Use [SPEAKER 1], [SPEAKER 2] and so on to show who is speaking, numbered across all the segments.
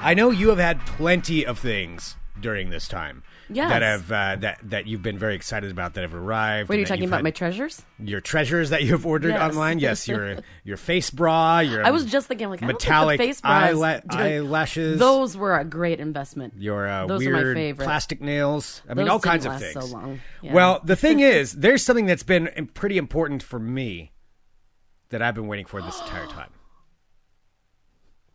[SPEAKER 1] I know you have had plenty of things during this time.
[SPEAKER 2] Yes.
[SPEAKER 1] That have uh, that that you've been very excited about that have arrived.
[SPEAKER 2] What are you
[SPEAKER 1] and that
[SPEAKER 2] talking
[SPEAKER 1] you've
[SPEAKER 2] about?
[SPEAKER 1] had-
[SPEAKER 2] My treasures?
[SPEAKER 1] your treasures that you've ordered
[SPEAKER 2] Yes.
[SPEAKER 1] online. Yes, your your face bra. Your
[SPEAKER 2] I was just thinking, like, I don't think the
[SPEAKER 1] metallic
[SPEAKER 2] face bras
[SPEAKER 1] eyela-
[SPEAKER 2] do-
[SPEAKER 1] eyelashes.
[SPEAKER 2] Those were a great investment.
[SPEAKER 1] your uh,
[SPEAKER 2] Those are my
[SPEAKER 1] weird
[SPEAKER 2] favorite.
[SPEAKER 1] plastic nails. I mean,
[SPEAKER 2] Those
[SPEAKER 1] all kinds
[SPEAKER 2] didn't
[SPEAKER 1] of
[SPEAKER 2] last
[SPEAKER 1] things.
[SPEAKER 2] so long. Yeah.
[SPEAKER 1] Well, the thing is, there's something that's been im- pretty important for me that I've been waiting for this entire time.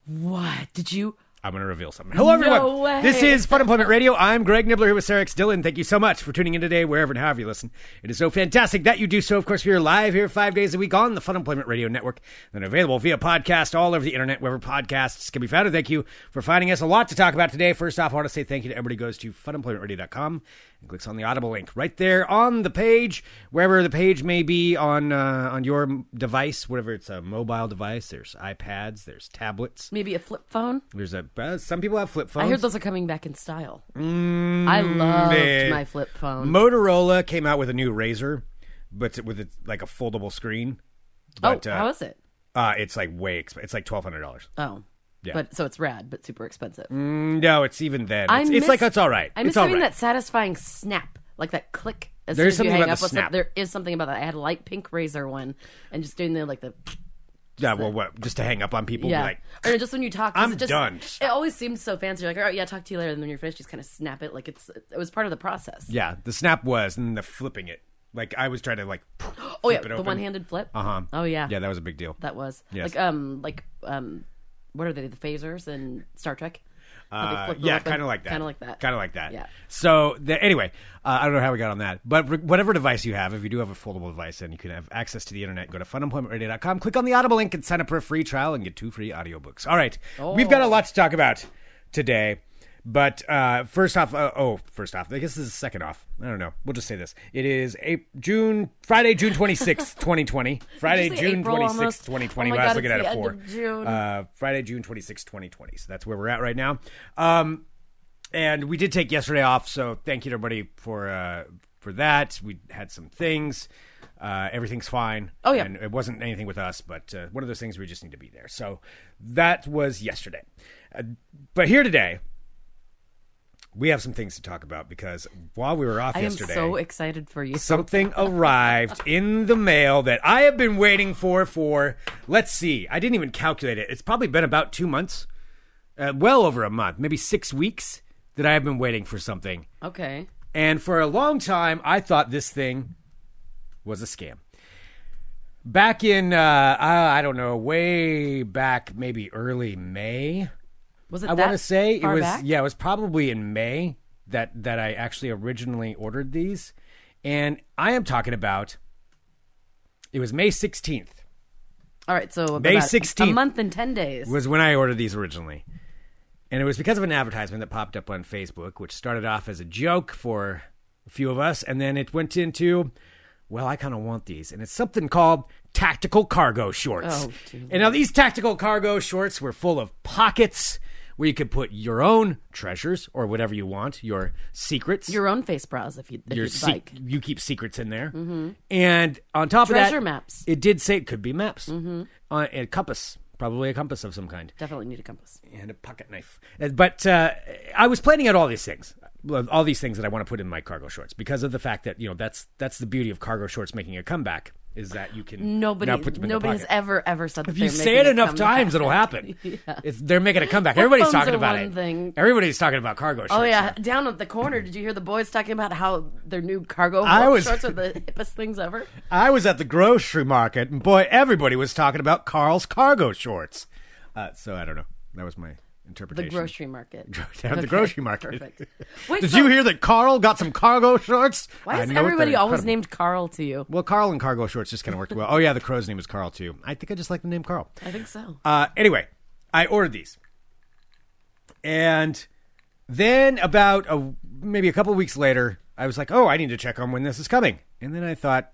[SPEAKER 2] what did you?
[SPEAKER 1] I'm going to reveal something. Hello, everyone.
[SPEAKER 2] way.
[SPEAKER 1] This is Fun Employment Radio. I'm Greg Nibbler here with Sarah X. Dillon. Thank you so much for tuning in today, wherever and however you listen. It is so fantastic that you do so. Of course, we are live here five days a week on the Fun Employment Radio Network and available via podcast all over the internet, wherever podcasts can be found. And thank you for finding us. A lot to talk about today. First off, I want to say thank you to everybody who goes to funemploymentradio.com and clicks on the Audible link right there on the page, wherever the page may be on uh, on your m- device, whatever it's a mobile device. There's iPads, there's tablets.
[SPEAKER 2] Maybe a flip phone.
[SPEAKER 1] There's a uh, some people have flip phones.
[SPEAKER 2] I heard those are coming back in style.
[SPEAKER 1] Mm,
[SPEAKER 2] I loved
[SPEAKER 1] they-
[SPEAKER 2] my flip phone.
[SPEAKER 1] Motorola came out with a new Razor, but with a, like a foldable screen. But,
[SPEAKER 2] oh,
[SPEAKER 1] uh,
[SPEAKER 2] how is it?
[SPEAKER 1] Uh, it's like way exp- it's like twelve hundred dollars.
[SPEAKER 2] Oh,
[SPEAKER 1] Yeah.
[SPEAKER 2] But so it's rad, but super expensive.
[SPEAKER 1] No, it's even then.
[SPEAKER 2] I
[SPEAKER 1] It's,
[SPEAKER 2] miss-
[SPEAKER 1] it's like it's all right.
[SPEAKER 2] I miss
[SPEAKER 1] it's all
[SPEAKER 2] having
[SPEAKER 1] right.
[SPEAKER 2] that satisfying snap, like that click. As
[SPEAKER 1] There's
[SPEAKER 2] soon as
[SPEAKER 1] something
[SPEAKER 2] you hang
[SPEAKER 1] about
[SPEAKER 2] up
[SPEAKER 1] the
[SPEAKER 2] with some-
[SPEAKER 1] snap.
[SPEAKER 2] there is something about that. I had a light pink razor one, and just doing the like the
[SPEAKER 1] yeah, well, what, just to hang up on people.
[SPEAKER 2] yeah,
[SPEAKER 1] Like,
[SPEAKER 2] or just when you talk. 'cause
[SPEAKER 1] I'm
[SPEAKER 2] it just,
[SPEAKER 1] done.
[SPEAKER 2] It always seems so fancy. You're like, all right, yeah, talk to you later. And then when you're finished, you just kind of snap it. Like it's it was part of the process.
[SPEAKER 1] yeah, the snap was and the flipping it. Like I was trying to like.
[SPEAKER 2] oh yeah,
[SPEAKER 1] it
[SPEAKER 2] the
[SPEAKER 1] open.
[SPEAKER 2] one-handed flip.
[SPEAKER 1] Uh huh.
[SPEAKER 2] Oh yeah,
[SPEAKER 1] Yeah, that was a big deal.
[SPEAKER 2] that was
[SPEAKER 1] Yes.
[SPEAKER 2] like um like um what are they the phasers in Star Trek?
[SPEAKER 1] Uh, yeah, kind of like that.
[SPEAKER 2] Kind of like that.
[SPEAKER 1] Kind of like that.
[SPEAKER 2] Yeah.
[SPEAKER 1] So the, anyway, uh, I don't know how we got on that, but re- whatever device you have, if you do have a foldable device, then you can have access to the internet. Go to funemploymentradio.com, click on the Audible link, and sign up for a free trial and get two free audiobooks. All right, we've
[SPEAKER 2] Oh.
[SPEAKER 1] got a lot to talk about today. But uh, first off, uh, oh, first off, I guess this is second off. I don't know. We'll just say this: it is April, June, Friday, June twenty sixth, twenty twenty. Friday,
[SPEAKER 2] say
[SPEAKER 1] June
[SPEAKER 2] April
[SPEAKER 1] twenty sixth,
[SPEAKER 2] almost?
[SPEAKER 1] twenty twenty.
[SPEAKER 2] Oh
[SPEAKER 1] When
[SPEAKER 2] my
[SPEAKER 1] I was
[SPEAKER 2] God,
[SPEAKER 1] looking
[SPEAKER 2] it's
[SPEAKER 1] at it
[SPEAKER 2] the
[SPEAKER 1] for
[SPEAKER 2] end of June.
[SPEAKER 1] Uh, Friday, June twenty sixth, twenty twenty. So that's where we're at right now. Um, and we did take yesterday off, so thank you to everybody for uh, for that. We had some things. Uh, everything's fine.
[SPEAKER 2] Oh, yeah.
[SPEAKER 1] and it wasn't anything with us, but uh, one of those things we just need to be there. So that was yesterday, uh, but here today. We have some things to talk about because while we were off
[SPEAKER 2] I am
[SPEAKER 1] yesterday,
[SPEAKER 2] so excited for you.
[SPEAKER 1] something arrived in the mail that I have been waiting for for let's see. I didn't even calculate it. It's probably been about 2 months. Uh, well over a month, maybe 6 weeks that I have been waiting for something.
[SPEAKER 2] Okay.
[SPEAKER 1] And for a long time I thought this thing was a scam. Back in uh I I don't know, way back maybe early May,
[SPEAKER 2] Was it?
[SPEAKER 1] I
[SPEAKER 2] want
[SPEAKER 1] to say it
[SPEAKER 2] far
[SPEAKER 1] was
[SPEAKER 2] back?
[SPEAKER 1] yeah, it was probably in May that that I actually originally ordered these, and I am talking about. It was May sixteenth
[SPEAKER 2] All right, so
[SPEAKER 1] May
[SPEAKER 2] about
[SPEAKER 1] 16th.
[SPEAKER 2] a month and ten days.
[SPEAKER 1] was when I ordered these originally, and it was because of an advertisement that popped up on Facebook, which started off as a joke for a few of us, and then it went into. Well, I kind of want these, and it's something called tactical cargo shorts.
[SPEAKER 2] Oh, dear
[SPEAKER 1] and now these tactical cargo shorts were full of pockets where you could put your own treasures or whatever you want, your secrets,
[SPEAKER 2] your own face bras, if you if
[SPEAKER 1] your
[SPEAKER 2] you'd
[SPEAKER 1] se-
[SPEAKER 2] like.
[SPEAKER 1] you keep secrets in there. And on top of that,
[SPEAKER 2] Mm-hmm. Treasure maps.
[SPEAKER 1] It did say it could be maps. Mm-hmm. Uh, a compass, probably a compass of some kind,
[SPEAKER 2] Definitely need a compass.
[SPEAKER 1] and a pocket knife. Uh, But uh, I was planning out all these things, well, all these things that I want to put in my cargo shorts because of the fact that you know that's that's the beauty of cargo shorts making a comeback is that you can
[SPEAKER 2] Nobody,
[SPEAKER 1] now put them in the
[SPEAKER 2] nobody has
[SPEAKER 1] pocket.
[SPEAKER 2] ever ever said that.
[SPEAKER 1] If you say it enough times, it'll happen. It's, they're making a comeback. Everybody's
[SPEAKER 2] phones
[SPEAKER 1] talking
[SPEAKER 2] are
[SPEAKER 1] about
[SPEAKER 2] one
[SPEAKER 1] it.
[SPEAKER 2] thing.
[SPEAKER 1] Everybody's talking about cargo shorts.
[SPEAKER 2] Oh
[SPEAKER 1] now.
[SPEAKER 2] yeah, down at the corner. Did you hear the boys talking about how their new cargo
[SPEAKER 1] I was-
[SPEAKER 2] shorts are the hippest things ever?
[SPEAKER 1] I was at the grocery market, and boy, everybody was talking about Carl's cargo shorts. Uh, so I don't know. That was my
[SPEAKER 2] The
[SPEAKER 1] interpretation.
[SPEAKER 2] grocery market.
[SPEAKER 1] Down at
[SPEAKER 2] Okay,
[SPEAKER 1] the grocery market.
[SPEAKER 2] Perfect. Wait,
[SPEAKER 1] Did
[SPEAKER 2] so
[SPEAKER 1] you hear that Carl got some cargo shorts?
[SPEAKER 2] Why
[SPEAKER 1] I
[SPEAKER 2] is
[SPEAKER 1] know they're
[SPEAKER 2] everybody always
[SPEAKER 1] incredible.
[SPEAKER 2] named Carl to you?
[SPEAKER 1] Well, Carl and cargo shorts just kind of worked well. Oh yeah, the crow's name was Carl too. I think I just like the name Carl.
[SPEAKER 2] I think so.
[SPEAKER 1] Uh, anyway, I ordered these, and then about a maybe a couple weeks later, I was like, "Oh, I need to check on when this is coming." And then I thought,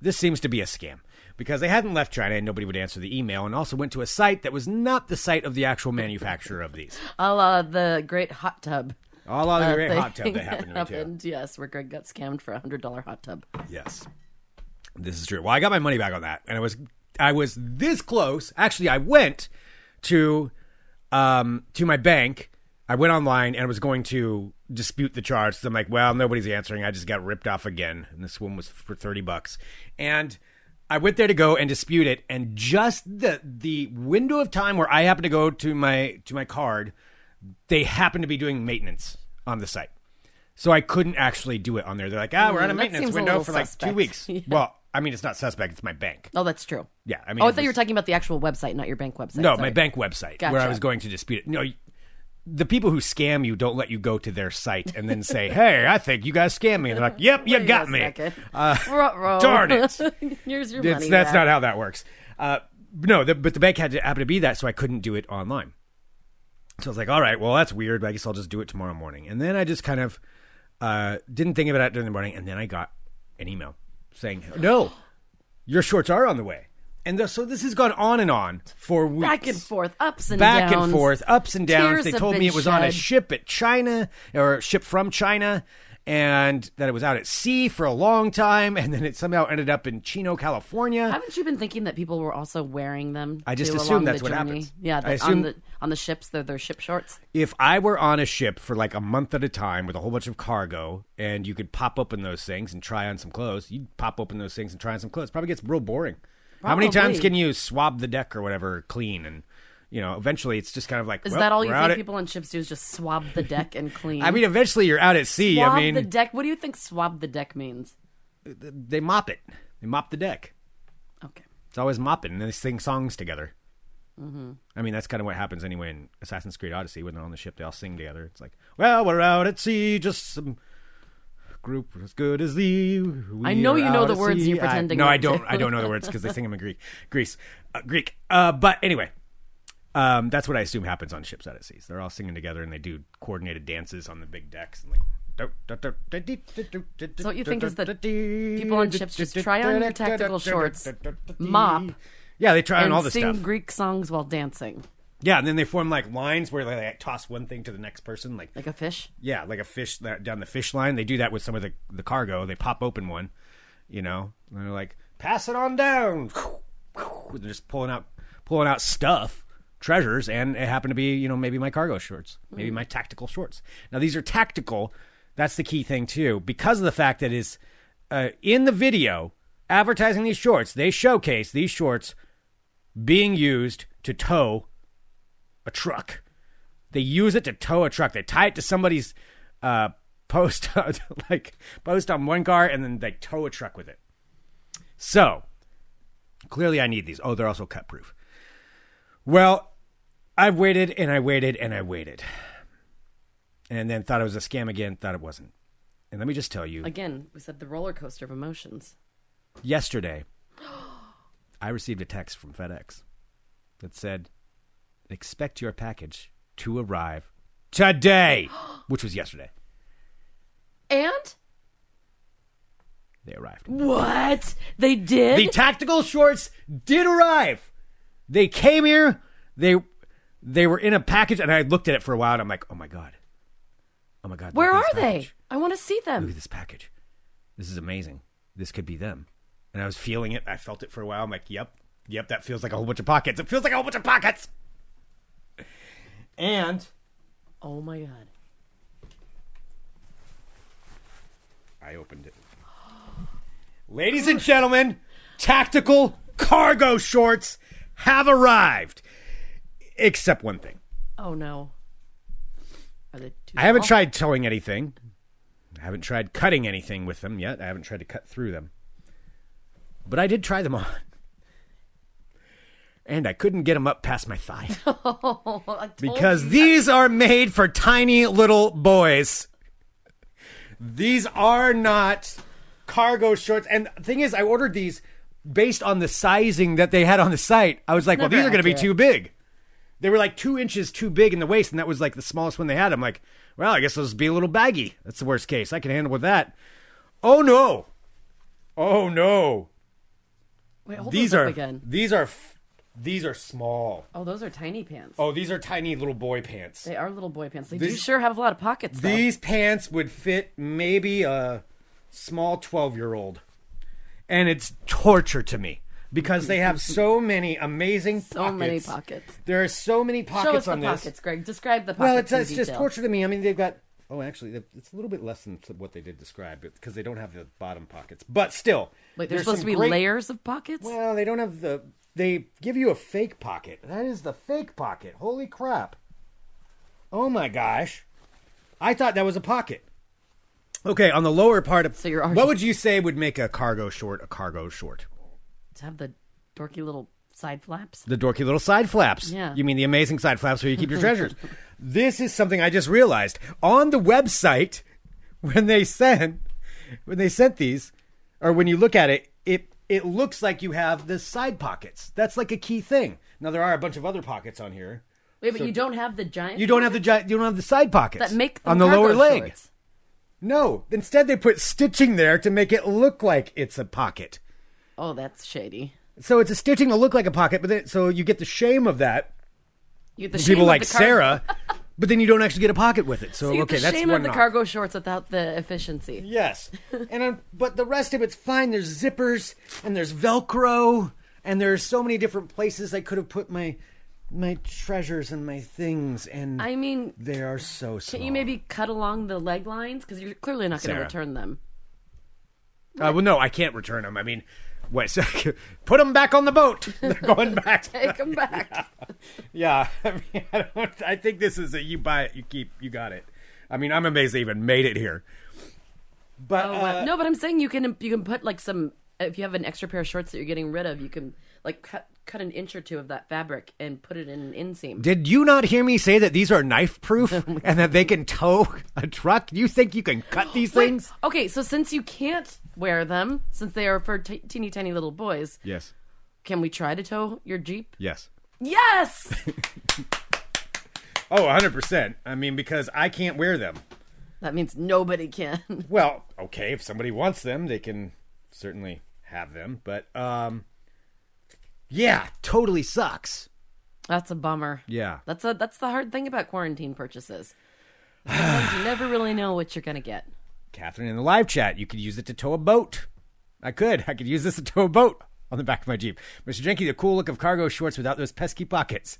[SPEAKER 1] "This seems to be a scam." Because they hadn't left China and nobody would answer the email, and also went to a site that was not the site of the actual manufacturer of these.
[SPEAKER 2] a la the great hot tub.
[SPEAKER 1] All out of the great
[SPEAKER 2] thing
[SPEAKER 1] hot tub that happened in retail.
[SPEAKER 2] happened, Yes, where Greg got scammed for a hundred dollar hot tub.
[SPEAKER 1] Yes, this is true. Well, I got my money back on that, and I was I was this close. Actually, I went to um, to my bank. I went online and was going to dispute the charge. So I'm like, well, nobody's answering. I just got ripped off again. And this one was for 30 bucks. And I went there to go and dispute it. And just the the window of time where I happened to go to my to my card, they happened to be doing maintenance on the site. So I couldn't actually do it on there. They're like, ah, we're on a
[SPEAKER 2] Mm, that
[SPEAKER 1] maintenance
[SPEAKER 2] seems a
[SPEAKER 1] window
[SPEAKER 2] little
[SPEAKER 1] for like two
[SPEAKER 2] suspect.
[SPEAKER 1] weeks. Well, I mean, it's not suspect. It's my bank.
[SPEAKER 2] Oh, that's true.
[SPEAKER 1] Yeah, I mean,
[SPEAKER 2] Oh, I
[SPEAKER 1] it
[SPEAKER 2] thought you were
[SPEAKER 1] was-
[SPEAKER 2] talking about the actual website, not your bank website.
[SPEAKER 1] no,
[SPEAKER 2] Sorry.
[SPEAKER 1] my bank website where I
[SPEAKER 2] Gotcha.
[SPEAKER 1] was going to dispute it. No, y- the people who scam you don't let you go to their site and then say, "Hey, I think you guys scammed me." And they're like, "Yep, you
[SPEAKER 2] Wait a
[SPEAKER 1] got me."
[SPEAKER 2] second.
[SPEAKER 1] Uh,
[SPEAKER 2] Ruh-roh.
[SPEAKER 1] darn it!
[SPEAKER 2] Here's your
[SPEAKER 1] It's,
[SPEAKER 2] money.
[SPEAKER 1] that's
[SPEAKER 2] back.
[SPEAKER 1] not how that works. Uh, no, the, but the bank had to happen to be that, so I couldn't do it online. So I was like, all right, well, that's weird, but I guess I'll just do it tomorrow morning. And then I just kind of uh, didn't think about it during the morning. And then I got an email saying, no, your shorts are on the way. And th- so this has gone on and on for weeks
[SPEAKER 2] back and forth, ups and
[SPEAKER 1] back
[SPEAKER 2] downs.
[SPEAKER 1] and forth, ups and downs.
[SPEAKER 2] Tears
[SPEAKER 1] They
[SPEAKER 2] have
[SPEAKER 1] told
[SPEAKER 2] been
[SPEAKER 1] me it was on a
[SPEAKER 2] shed.
[SPEAKER 1] ship at China or ship from China and that it was out at sea for a long time and then it somehow ended up in Chino, California.
[SPEAKER 2] Haven't you been thinking that people were also wearing them?
[SPEAKER 1] I just
[SPEAKER 2] too,
[SPEAKER 1] assume
[SPEAKER 2] along
[SPEAKER 1] that's
[SPEAKER 2] the
[SPEAKER 1] what
[SPEAKER 2] journey?
[SPEAKER 1] happens.
[SPEAKER 2] Yeah,
[SPEAKER 1] I
[SPEAKER 2] that
[SPEAKER 1] assume-
[SPEAKER 2] on the on the ships, they're their ship shorts.
[SPEAKER 1] If I were on a ship for like a month at a time with a whole bunch of cargo and you could pop open those things and try on some clothes, you'd pop open those things and try on some clothes. Probably gets real boring. How many times
[SPEAKER 2] Probably.
[SPEAKER 1] can you swab the deck or whatever clean and you know, eventually it's just kind of like
[SPEAKER 2] Is
[SPEAKER 1] well,
[SPEAKER 2] that all you
[SPEAKER 1] we're out
[SPEAKER 2] think
[SPEAKER 1] at-
[SPEAKER 2] people on ships do? Is just swab the deck and clean?
[SPEAKER 1] I mean, eventually you're out at sea.
[SPEAKER 2] swab
[SPEAKER 1] I mean,
[SPEAKER 2] the deck. What do you think swab the deck means?
[SPEAKER 1] they mop it. They mop the deck.
[SPEAKER 2] Okay.
[SPEAKER 1] It's always mopping, and they sing songs together.
[SPEAKER 2] Mm-hmm.
[SPEAKER 1] I mean, that's kind of what happens anyway in Assassin's Creed Odyssey when they're on the ship. They all sing together. It's like, well, we're out at sea, just some group as good as thee. We
[SPEAKER 2] I know
[SPEAKER 1] are
[SPEAKER 2] you know
[SPEAKER 1] out
[SPEAKER 2] the
[SPEAKER 1] at
[SPEAKER 2] words,
[SPEAKER 1] sea."
[SPEAKER 2] you're
[SPEAKER 1] I-
[SPEAKER 2] pretending
[SPEAKER 1] no,
[SPEAKER 2] not
[SPEAKER 1] I don't.
[SPEAKER 2] to.
[SPEAKER 1] I don't know the words because they sing them in Greek. Greece, uh, Greek. Uh, but anyway, um, that's what I assume happens on ships out at sea. They're all singing together and they do coordinated dances on the big decks and like.
[SPEAKER 2] So what you think is that people on ships just try on your tactical shorts, mop,
[SPEAKER 1] Yeah, they try on
[SPEAKER 2] and
[SPEAKER 1] all this
[SPEAKER 2] sing
[SPEAKER 1] stuff.
[SPEAKER 2] Greek songs while dancing,
[SPEAKER 1] Yeah, and then they form like lines where they like, toss one thing to the next person, like
[SPEAKER 2] like a fish.
[SPEAKER 1] yeah, like a fish that, down the fish line. They do that with some of the the cargo. They pop open one, you know, and they're like, pass it on down. They're just pulling out pulling out stuff, treasures, and it happened to be you know maybe my cargo shorts, maybe my tactical shorts. Now these are tactical. That's the key thing too, because of the fact that is uh, in the video advertising these shorts. They showcase these shorts being used to tow a truck. They use it to tow a truck. They tie it to somebody's uh, post, like post on one car, and then they tow a truck with it. So clearly, I need these. Oh, they're also cut proof. Well, I've waited and I waited and I waited, and then thought it was a scam again. Thought it wasn't. And let me just tell you,
[SPEAKER 2] Again, we said the roller coaster of emotions.
[SPEAKER 1] yesterday, I received a text from FedEx that said, "Expect your package to arrive today," which was yesterday.
[SPEAKER 2] And
[SPEAKER 1] They arrived.
[SPEAKER 2] what they did?
[SPEAKER 1] The tactical shorts did arrive. They came here. They they were in a package, and I looked at it for a while, and I'm like, "Oh my god, oh my god,
[SPEAKER 2] Where
[SPEAKER 1] look
[SPEAKER 2] are
[SPEAKER 1] at this
[SPEAKER 2] they?
[SPEAKER 1] package.
[SPEAKER 2] I want to see
[SPEAKER 1] Look at
[SPEAKER 2] them.
[SPEAKER 1] this package. This is amazing. This could be them." And I was feeling it. I felt it for a while. I'm like, "Yep, yep, that feels like a whole bunch of pockets. It feels like a whole bunch of pockets." And
[SPEAKER 2] Oh my god!
[SPEAKER 1] I opened it. Ladies and gentlemen, tactical cargo shorts have arrived. Except one thing.
[SPEAKER 2] Oh no! Are they? Too
[SPEAKER 1] I haven't
[SPEAKER 2] small?
[SPEAKER 1] tried towing anything. I haven't tried cutting anything with them yet. I haven't tried to cut through them. But I did try them on. And I couldn't get them up past my thigh.
[SPEAKER 2] I told
[SPEAKER 1] Because
[SPEAKER 2] you.
[SPEAKER 1] these are made for tiny little boys. These are not cargo shorts. And the thing is, I ordered these based on the sizing that they had on the site. I was like, well,
[SPEAKER 2] never
[SPEAKER 1] these are going to be too
[SPEAKER 2] accurate.
[SPEAKER 1] big. They were like two inches too big in the waist, and that was like the smallest one they had. I'm like, well, I guess those be a little baggy. That's the worst case. I can handle with that. Oh no! Oh no!
[SPEAKER 2] Wait, hold
[SPEAKER 1] These
[SPEAKER 2] those up
[SPEAKER 1] are
[SPEAKER 2] again.
[SPEAKER 1] these are f- these are small.
[SPEAKER 2] Oh, those are tiny pants.
[SPEAKER 1] Oh, these are tiny little boy pants.
[SPEAKER 2] They are little boy pants. They do
[SPEAKER 1] These-
[SPEAKER 2] sure have a lot of pockets, though.
[SPEAKER 1] These pants would fit maybe a small 12 year old. And it's torture to me. because they have so many amazing
[SPEAKER 2] So many pockets.
[SPEAKER 1] There are so many pockets
[SPEAKER 2] Show us the
[SPEAKER 1] on this.
[SPEAKER 2] pockets, Greg. Describe the pockets.
[SPEAKER 1] Well, it's,
[SPEAKER 2] in
[SPEAKER 1] it's just
[SPEAKER 2] detail.
[SPEAKER 1] portrait of me. I mean, they've got. Oh, actually, they- it's a little bit less than what they did describe because they don't have the bottom pockets. But still,
[SPEAKER 2] Wait, there's
[SPEAKER 1] there's
[SPEAKER 2] supposed
[SPEAKER 1] some
[SPEAKER 2] to be
[SPEAKER 1] great-
[SPEAKER 2] layers of pockets.
[SPEAKER 1] Well, they don't have the. They give you a fake pocket. That is the fake pocket. Holy crap! Oh my gosh! I thought that was a pocket. Okay, on the lower part of.
[SPEAKER 2] So you're already-
[SPEAKER 1] what would you say would make a cargo short a cargo short?
[SPEAKER 2] To have the dorky little side flaps.
[SPEAKER 1] The dorky little side flaps.
[SPEAKER 2] Yeah.
[SPEAKER 1] You mean the amazing side flaps where you keep your treasures. This is something I just realized. On the website, when they sent when they sent these, or when you look at it, it it looks like you have the side pockets. That's like a key thing. Now there are a bunch of other pockets on here.
[SPEAKER 2] Wait, but you don't have the giant.
[SPEAKER 1] You don't have the gi- you don't have the side pockets
[SPEAKER 2] that make them
[SPEAKER 1] on the
[SPEAKER 2] cargo
[SPEAKER 1] lower leg.
[SPEAKER 2] shorts.
[SPEAKER 1] No, instead they put stitching there to make it look like it's a pocket.
[SPEAKER 2] Oh, that's shady.
[SPEAKER 1] So it's a stitching to look like a pocket, but then, so you get the shame of that.
[SPEAKER 2] You get the shame
[SPEAKER 1] people
[SPEAKER 2] of
[SPEAKER 1] like
[SPEAKER 2] the cargo-
[SPEAKER 1] Sarah, but then you don't actually get a pocket with it. So,
[SPEAKER 2] You get
[SPEAKER 1] okay,
[SPEAKER 2] the
[SPEAKER 1] that's
[SPEAKER 2] shame
[SPEAKER 1] one
[SPEAKER 2] of the
[SPEAKER 1] knock.
[SPEAKER 2] cargo shorts without the efficiency.
[SPEAKER 1] Yes, and i but the rest of it's fine. There's zippers and there's Velcro and there's so many different places I could have put my my treasures and my things. And
[SPEAKER 2] I mean,
[SPEAKER 1] they are so small.
[SPEAKER 2] Can't you maybe cut along the leg lines? Because you're clearly not going to
[SPEAKER 1] Sarah.
[SPEAKER 2] return them.
[SPEAKER 1] Uh, well, no, I can't return them. I mean, wait, so, put them back on the boat. They're going back.
[SPEAKER 2] Take them back.
[SPEAKER 1] Yeah, I mean, I, don't, I think this is a you buy it, you keep, you got it. I mean, I'm amazed they even made it here. But
[SPEAKER 2] Oh,
[SPEAKER 1] uh,
[SPEAKER 2] wow. no, but I'm saying you can you can put like some if you have an extra pair of shorts that you're getting rid of, you can like cut cut an inch or two of that fabric and put it in an inseam.
[SPEAKER 1] Did you not hear me say that these are knife proof and that they can tow a truck? You think you can cut these
[SPEAKER 2] Wait,
[SPEAKER 1] things?
[SPEAKER 2] okay, so since you can't wear them, since they are for t- teeny tiny little boys,
[SPEAKER 1] Yes.
[SPEAKER 2] can we try to tow your jeep?
[SPEAKER 1] Yes.
[SPEAKER 2] Yes.
[SPEAKER 1] Oh, 100%. I mean, because I can't wear them.
[SPEAKER 2] that means nobody can.
[SPEAKER 1] Well, okay, if somebody wants them, they can certainly have them, but um yeah, totally sucks.
[SPEAKER 2] That's a bummer.
[SPEAKER 1] Yeah.
[SPEAKER 2] That's a that's the hard thing about quarantine purchases. Sometimes you never really know what you're gonna get.
[SPEAKER 1] Catherine in the live chat, you could use it to tow a boat. I could. I could use this to tow a boat on the back of my Jeep. Mr. Jenke, the cool look of cargo shorts without those pesky pockets.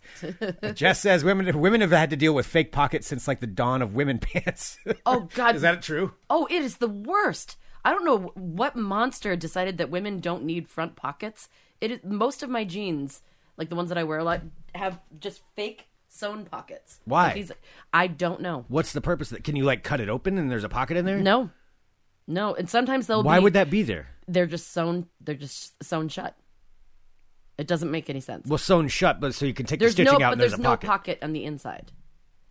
[SPEAKER 1] Jess says women women have had to deal with fake pockets since like the dawn of women pants.
[SPEAKER 2] Oh God!
[SPEAKER 1] Is that true?
[SPEAKER 2] oh, it is the worst. I don't know what monster decided that women don't need front pockets. It is, most of my jeans, like the ones that I wear a lot, have just fake sewn pockets.
[SPEAKER 1] Why?
[SPEAKER 2] Like these- I don't know.
[SPEAKER 1] What's the purpose of that? Can you like cut it open and there's a pocket in there?
[SPEAKER 2] No, no. And sometimes they'll.
[SPEAKER 1] Why
[SPEAKER 2] be,
[SPEAKER 1] would that be there?
[SPEAKER 2] They're just sewn. They're just sewn shut. It doesn't make any sense.
[SPEAKER 1] Well, sewn shut, but so you can take
[SPEAKER 2] there's
[SPEAKER 1] the stitching
[SPEAKER 2] no,
[SPEAKER 1] out
[SPEAKER 2] but
[SPEAKER 1] and there's,
[SPEAKER 2] there's
[SPEAKER 1] a
[SPEAKER 2] no
[SPEAKER 1] pocket.
[SPEAKER 2] pocket on the inside.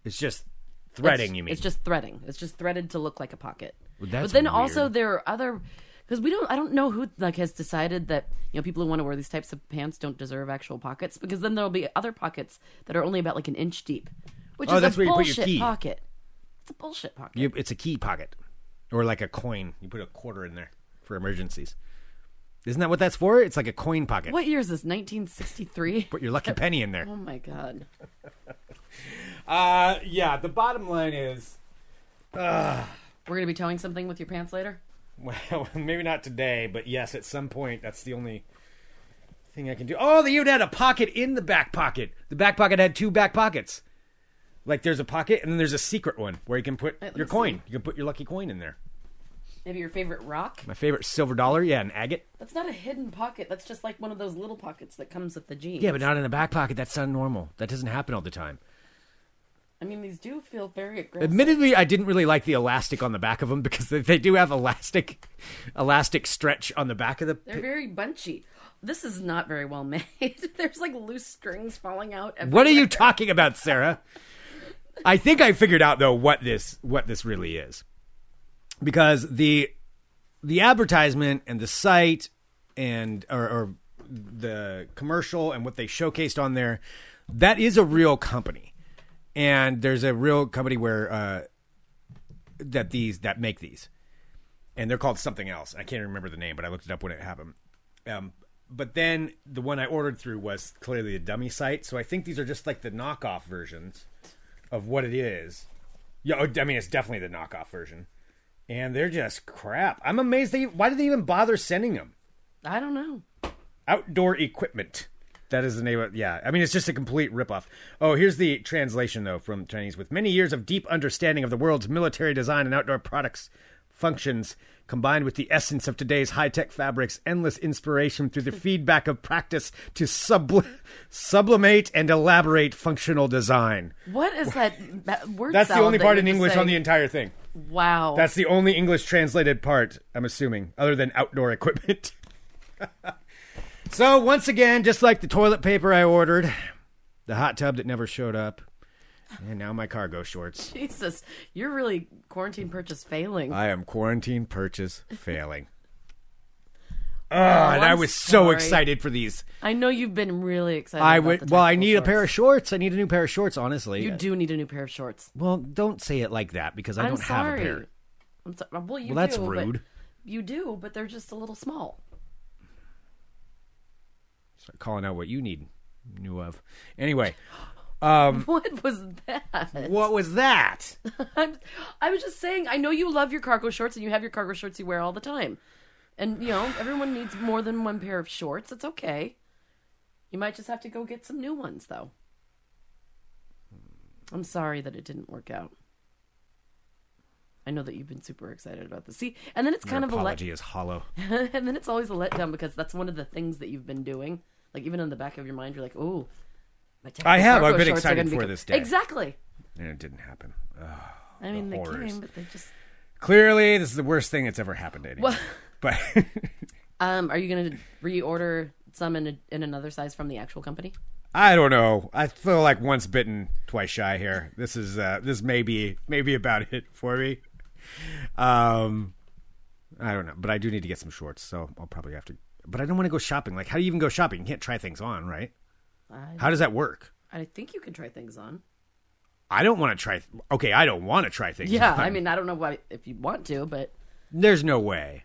[SPEAKER 1] It's just threading,
[SPEAKER 2] It's-
[SPEAKER 1] you mean?
[SPEAKER 2] It's just threading. It's just threaded to look like a pocket.
[SPEAKER 1] Well, that's
[SPEAKER 2] but then
[SPEAKER 1] weird.
[SPEAKER 2] also there are other because we don't. I don't know who like has decided that you know people who want to wear these types of pants don't deserve actual pockets because then there'll be other pockets that are only about like an inch deep, which
[SPEAKER 1] Oh,
[SPEAKER 2] is
[SPEAKER 1] that's
[SPEAKER 2] a
[SPEAKER 1] where you put your
[SPEAKER 2] bullshit
[SPEAKER 1] key.
[SPEAKER 2] pocket. It's a bullshit pocket.
[SPEAKER 1] You- it's a key pocket or like a coin. You put a quarter in there for emergencies. Isn't that what that's for? It's like a coin pocket.
[SPEAKER 2] What year is this? 1963.
[SPEAKER 1] Put your lucky penny in there.
[SPEAKER 2] Oh my god.
[SPEAKER 1] Uh, yeah. The bottom line is,
[SPEAKER 2] We're gonna be towing something with your pants later.
[SPEAKER 1] well, maybe not today, but yes, at some point, that's the only thing I can do. Oh, they even had a pocket in the back pocket. The back pocket had two back pockets. Like there's a pocket, and then there's a secret one where you can put
[SPEAKER 2] let
[SPEAKER 1] your
[SPEAKER 2] me
[SPEAKER 1] coin. You can put your lucky coin in there.
[SPEAKER 2] Maybe your favorite rock.
[SPEAKER 1] My favorite silver dollar. Yeah, an agate.
[SPEAKER 2] That's not a hidden pocket. That's just like one of those little pockets that comes with the jeans.
[SPEAKER 1] Yeah, but not in the back pocket. That's not normal. That doesn't happen all the time.
[SPEAKER 2] I mean these do feel very aggressive.
[SPEAKER 1] Admittedly, I didn't really like the elastic on the back of them because they- they do have elastic, elastic stretch on the back of the.
[SPEAKER 2] They're very bunchy. This is not very well made. There's like loose strings falling out. Everywhere.
[SPEAKER 1] What are you talking about, Sarah? I think I figured out though what this what this really is. Because the the advertisement and the site and or, or the commercial and what they showcased on there, that is a real company. And there's a real company where uh, that these that make these. And they're called something else. I can't remember the name, but I looked it up when it happened. Um, but then the one I ordered through was clearly a dummy site, so I think these are just like the knockoff versions of what it is. Yeah, oh, I mean it's definitely the knockoff version, and they're just crap. I'm amazed they. Why did they even bother sending them?
[SPEAKER 2] I don't know.
[SPEAKER 1] Outdoor equipment. That is the name of yeah. I mean, it's just a complete ripoff. Oh, here's the translation though from Chinese. With many years of deep understanding of the world's military design and outdoor products functions, combined with the essence of today's high-tech fabrics, endless inspiration through the feedback of practice to subli- sublimate and elaborate functional design.
[SPEAKER 2] What is that that word?
[SPEAKER 1] That's the
[SPEAKER 2] salad
[SPEAKER 1] only
[SPEAKER 2] that
[SPEAKER 1] part
[SPEAKER 2] you
[SPEAKER 1] in
[SPEAKER 2] just
[SPEAKER 1] English on the
[SPEAKER 2] sang?
[SPEAKER 1] entire thing.
[SPEAKER 2] Wow.
[SPEAKER 1] That's the only English translated part, I'm assuming, other than outdoor equipment. so, once again, just like the toilet paper I ordered, the hot tub that never showed up, and now my cargo shorts.
[SPEAKER 2] Jesus, you're really quarantine purchase failing.
[SPEAKER 1] I am quarantine purchase failing.
[SPEAKER 2] Oh,
[SPEAKER 1] God, I
[SPEAKER 2] I'm
[SPEAKER 1] was so
[SPEAKER 2] sorry.
[SPEAKER 1] excited for these.
[SPEAKER 2] I know you've been really excited.
[SPEAKER 1] I
[SPEAKER 2] about the
[SPEAKER 1] would. Well, I
[SPEAKER 2] tactical
[SPEAKER 1] need a pair
[SPEAKER 2] shorts.
[SPEAKER 1] of shorts. I need a new pair of shorts. Honestly,
[SPEAKER 2] You do need a new pair of shorts.
[SPEAKER 1] Well, don't say it like that because I
[SPEAKER 2] I'm
[SPEAKER 1] don't
[SPEAKER 2] sorry.
[SPEAKER 1] have a pair.
[SPEAKER 2] I'm sorry. Well, you
[SPEAKER 1] Well, that's
[SPEAKER 2] do, but-
[SPEAKER 1] rude.
[SPEAKER 2] You do, but they're just a little small.
[SPEAKER 1] Start calling out what you need, knew of. Anyway,
[SPEAKER 2] What was that?
[SPEAKER 1] what was that?
[SPEAKER 2] I'm, I was just saying. I know you love your cargo shorts, and you have your cargo shorts you wear all the time. And you know, everyone needs more than one pair of shorts. It's okay. You might just have to go get some new ones, though. I'm sorry that it didn't work out. I know that you've been super excited about this. See, and then it's kind
[SPEAKER 1] Your
[SPEAKER 2] of a let,
[SPEAKER 1] apology is hollow.
[SPEAKER 2] and then it's always a letdown because that's one of the things that you've been doing. Like even in the back of your mind, you're like, "Oh, my
[SPEAKER 1] I have.
[SPEAKER 2] cargo
[SPEAKER 1] I've been
[SPEAKER 2] shorts are
[SPEAKER 1] excited
[SPEAKER 2] gonna be
[SPEAKER 1] for
[SPEAKER 2] co-"
[SPEAKER 1] this day.
[SPEAKER 2] Exactly.
[SPEAKER 1] And it didn't happen. Ugh.
[SPEAKER 2] I mean, they
[SPEAKER 1] horrors.
[SPEAKER 2] came, but they just.
[SPEAKER 1] Clearly, this is the worst thing that's ever happened to anyone.
[SPEAKER 2] Well-
[SPEAKER 1] But
[SPEAKER 2] Um, are you going to reorder some in, a, in another size from the actual company?
[SPEAKER 1] I don't know. I feel like once bitten, twice shy here. This is uh, this may be maybe about it for me. Um, I don't know, but I do need to get some shorts, so I'll probably have to. But I don't want to go shopping. Like, how do you even go shopping? You can't try things on, right?
[SPEAKER 2] I,
[SPEAKER 1] How does that work?
[SPEAKER 2] I think you can try things on.
[SPEAKER 1] I don't want to try. okay, I don't want to try things.
[SPEAKER 2] Yeah,
[SPEAKER 1] on.
[SPEAKER 2] I mean, I don't know why if you want to, but
[SPEAKER 1] there's no way.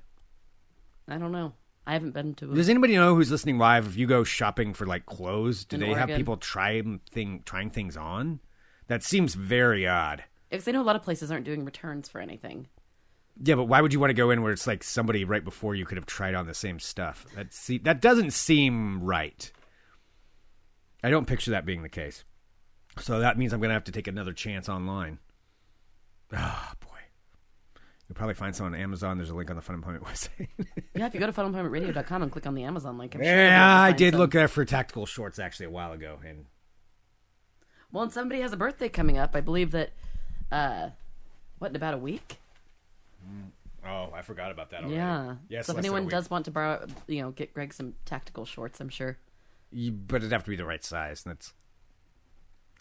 [SPEAKER 2] I don't know. I haven't been to.
[SPEAKER 1] Does anybody know who's listening live? If you go shopping for like clothes, do
[SPEAKER 2] In
[SPEAKER 1] they have
[SPEAKER 2] Oregon.
[SPEAKER 1] people trying thing trying things on? That seems very odd.
[SPEAKER 2] Because I know a lot of places aren't doing returns for anything.
[SPEAKER 1] Yeah, but why would you want to go in where it's like somebody right before you could have tried on the same stuff? That see that doesn't seem right. I don't picture that being the case. So that means I'm going to have to take another chance online. Ah, boy. You'll probably find some on Amazon. There's a link on the Fun Employment website.
[SPEAKER 2] Yeah, if you go to funemploymentradio.com and click on the Amazon link, I'm sure. you'll be able to
[SPEAKER 1] yeah, I
[SPEAKER 2] find
[SPEAKER 1] did
[SPEAKER 2] some.
[SPEAKER 1] look there for tactical shorts actually a while ago, and
[SPEAKER 2] Well, and somebody has a birthday coming up. I believe that, uh, what, in about a week?
[SPEAKER 1] Oh, I forgot about that. Already.
[SPEAKER 2] Yeah.
[SPEAKER 1] Yes.
[SPEAKER 2] so
[SPEAKER 1] less than
[SPEAKER 2] if
[SPEAKER 1] a
[SPEAKER 2] anyone
[SPEAKER 1] week.
[SPEAKER 2] does want to borrow, you know, get Greg some tactical shorts, I'm sure.
[SPEAKER 1] You- but it'd have to be the right size. And that's.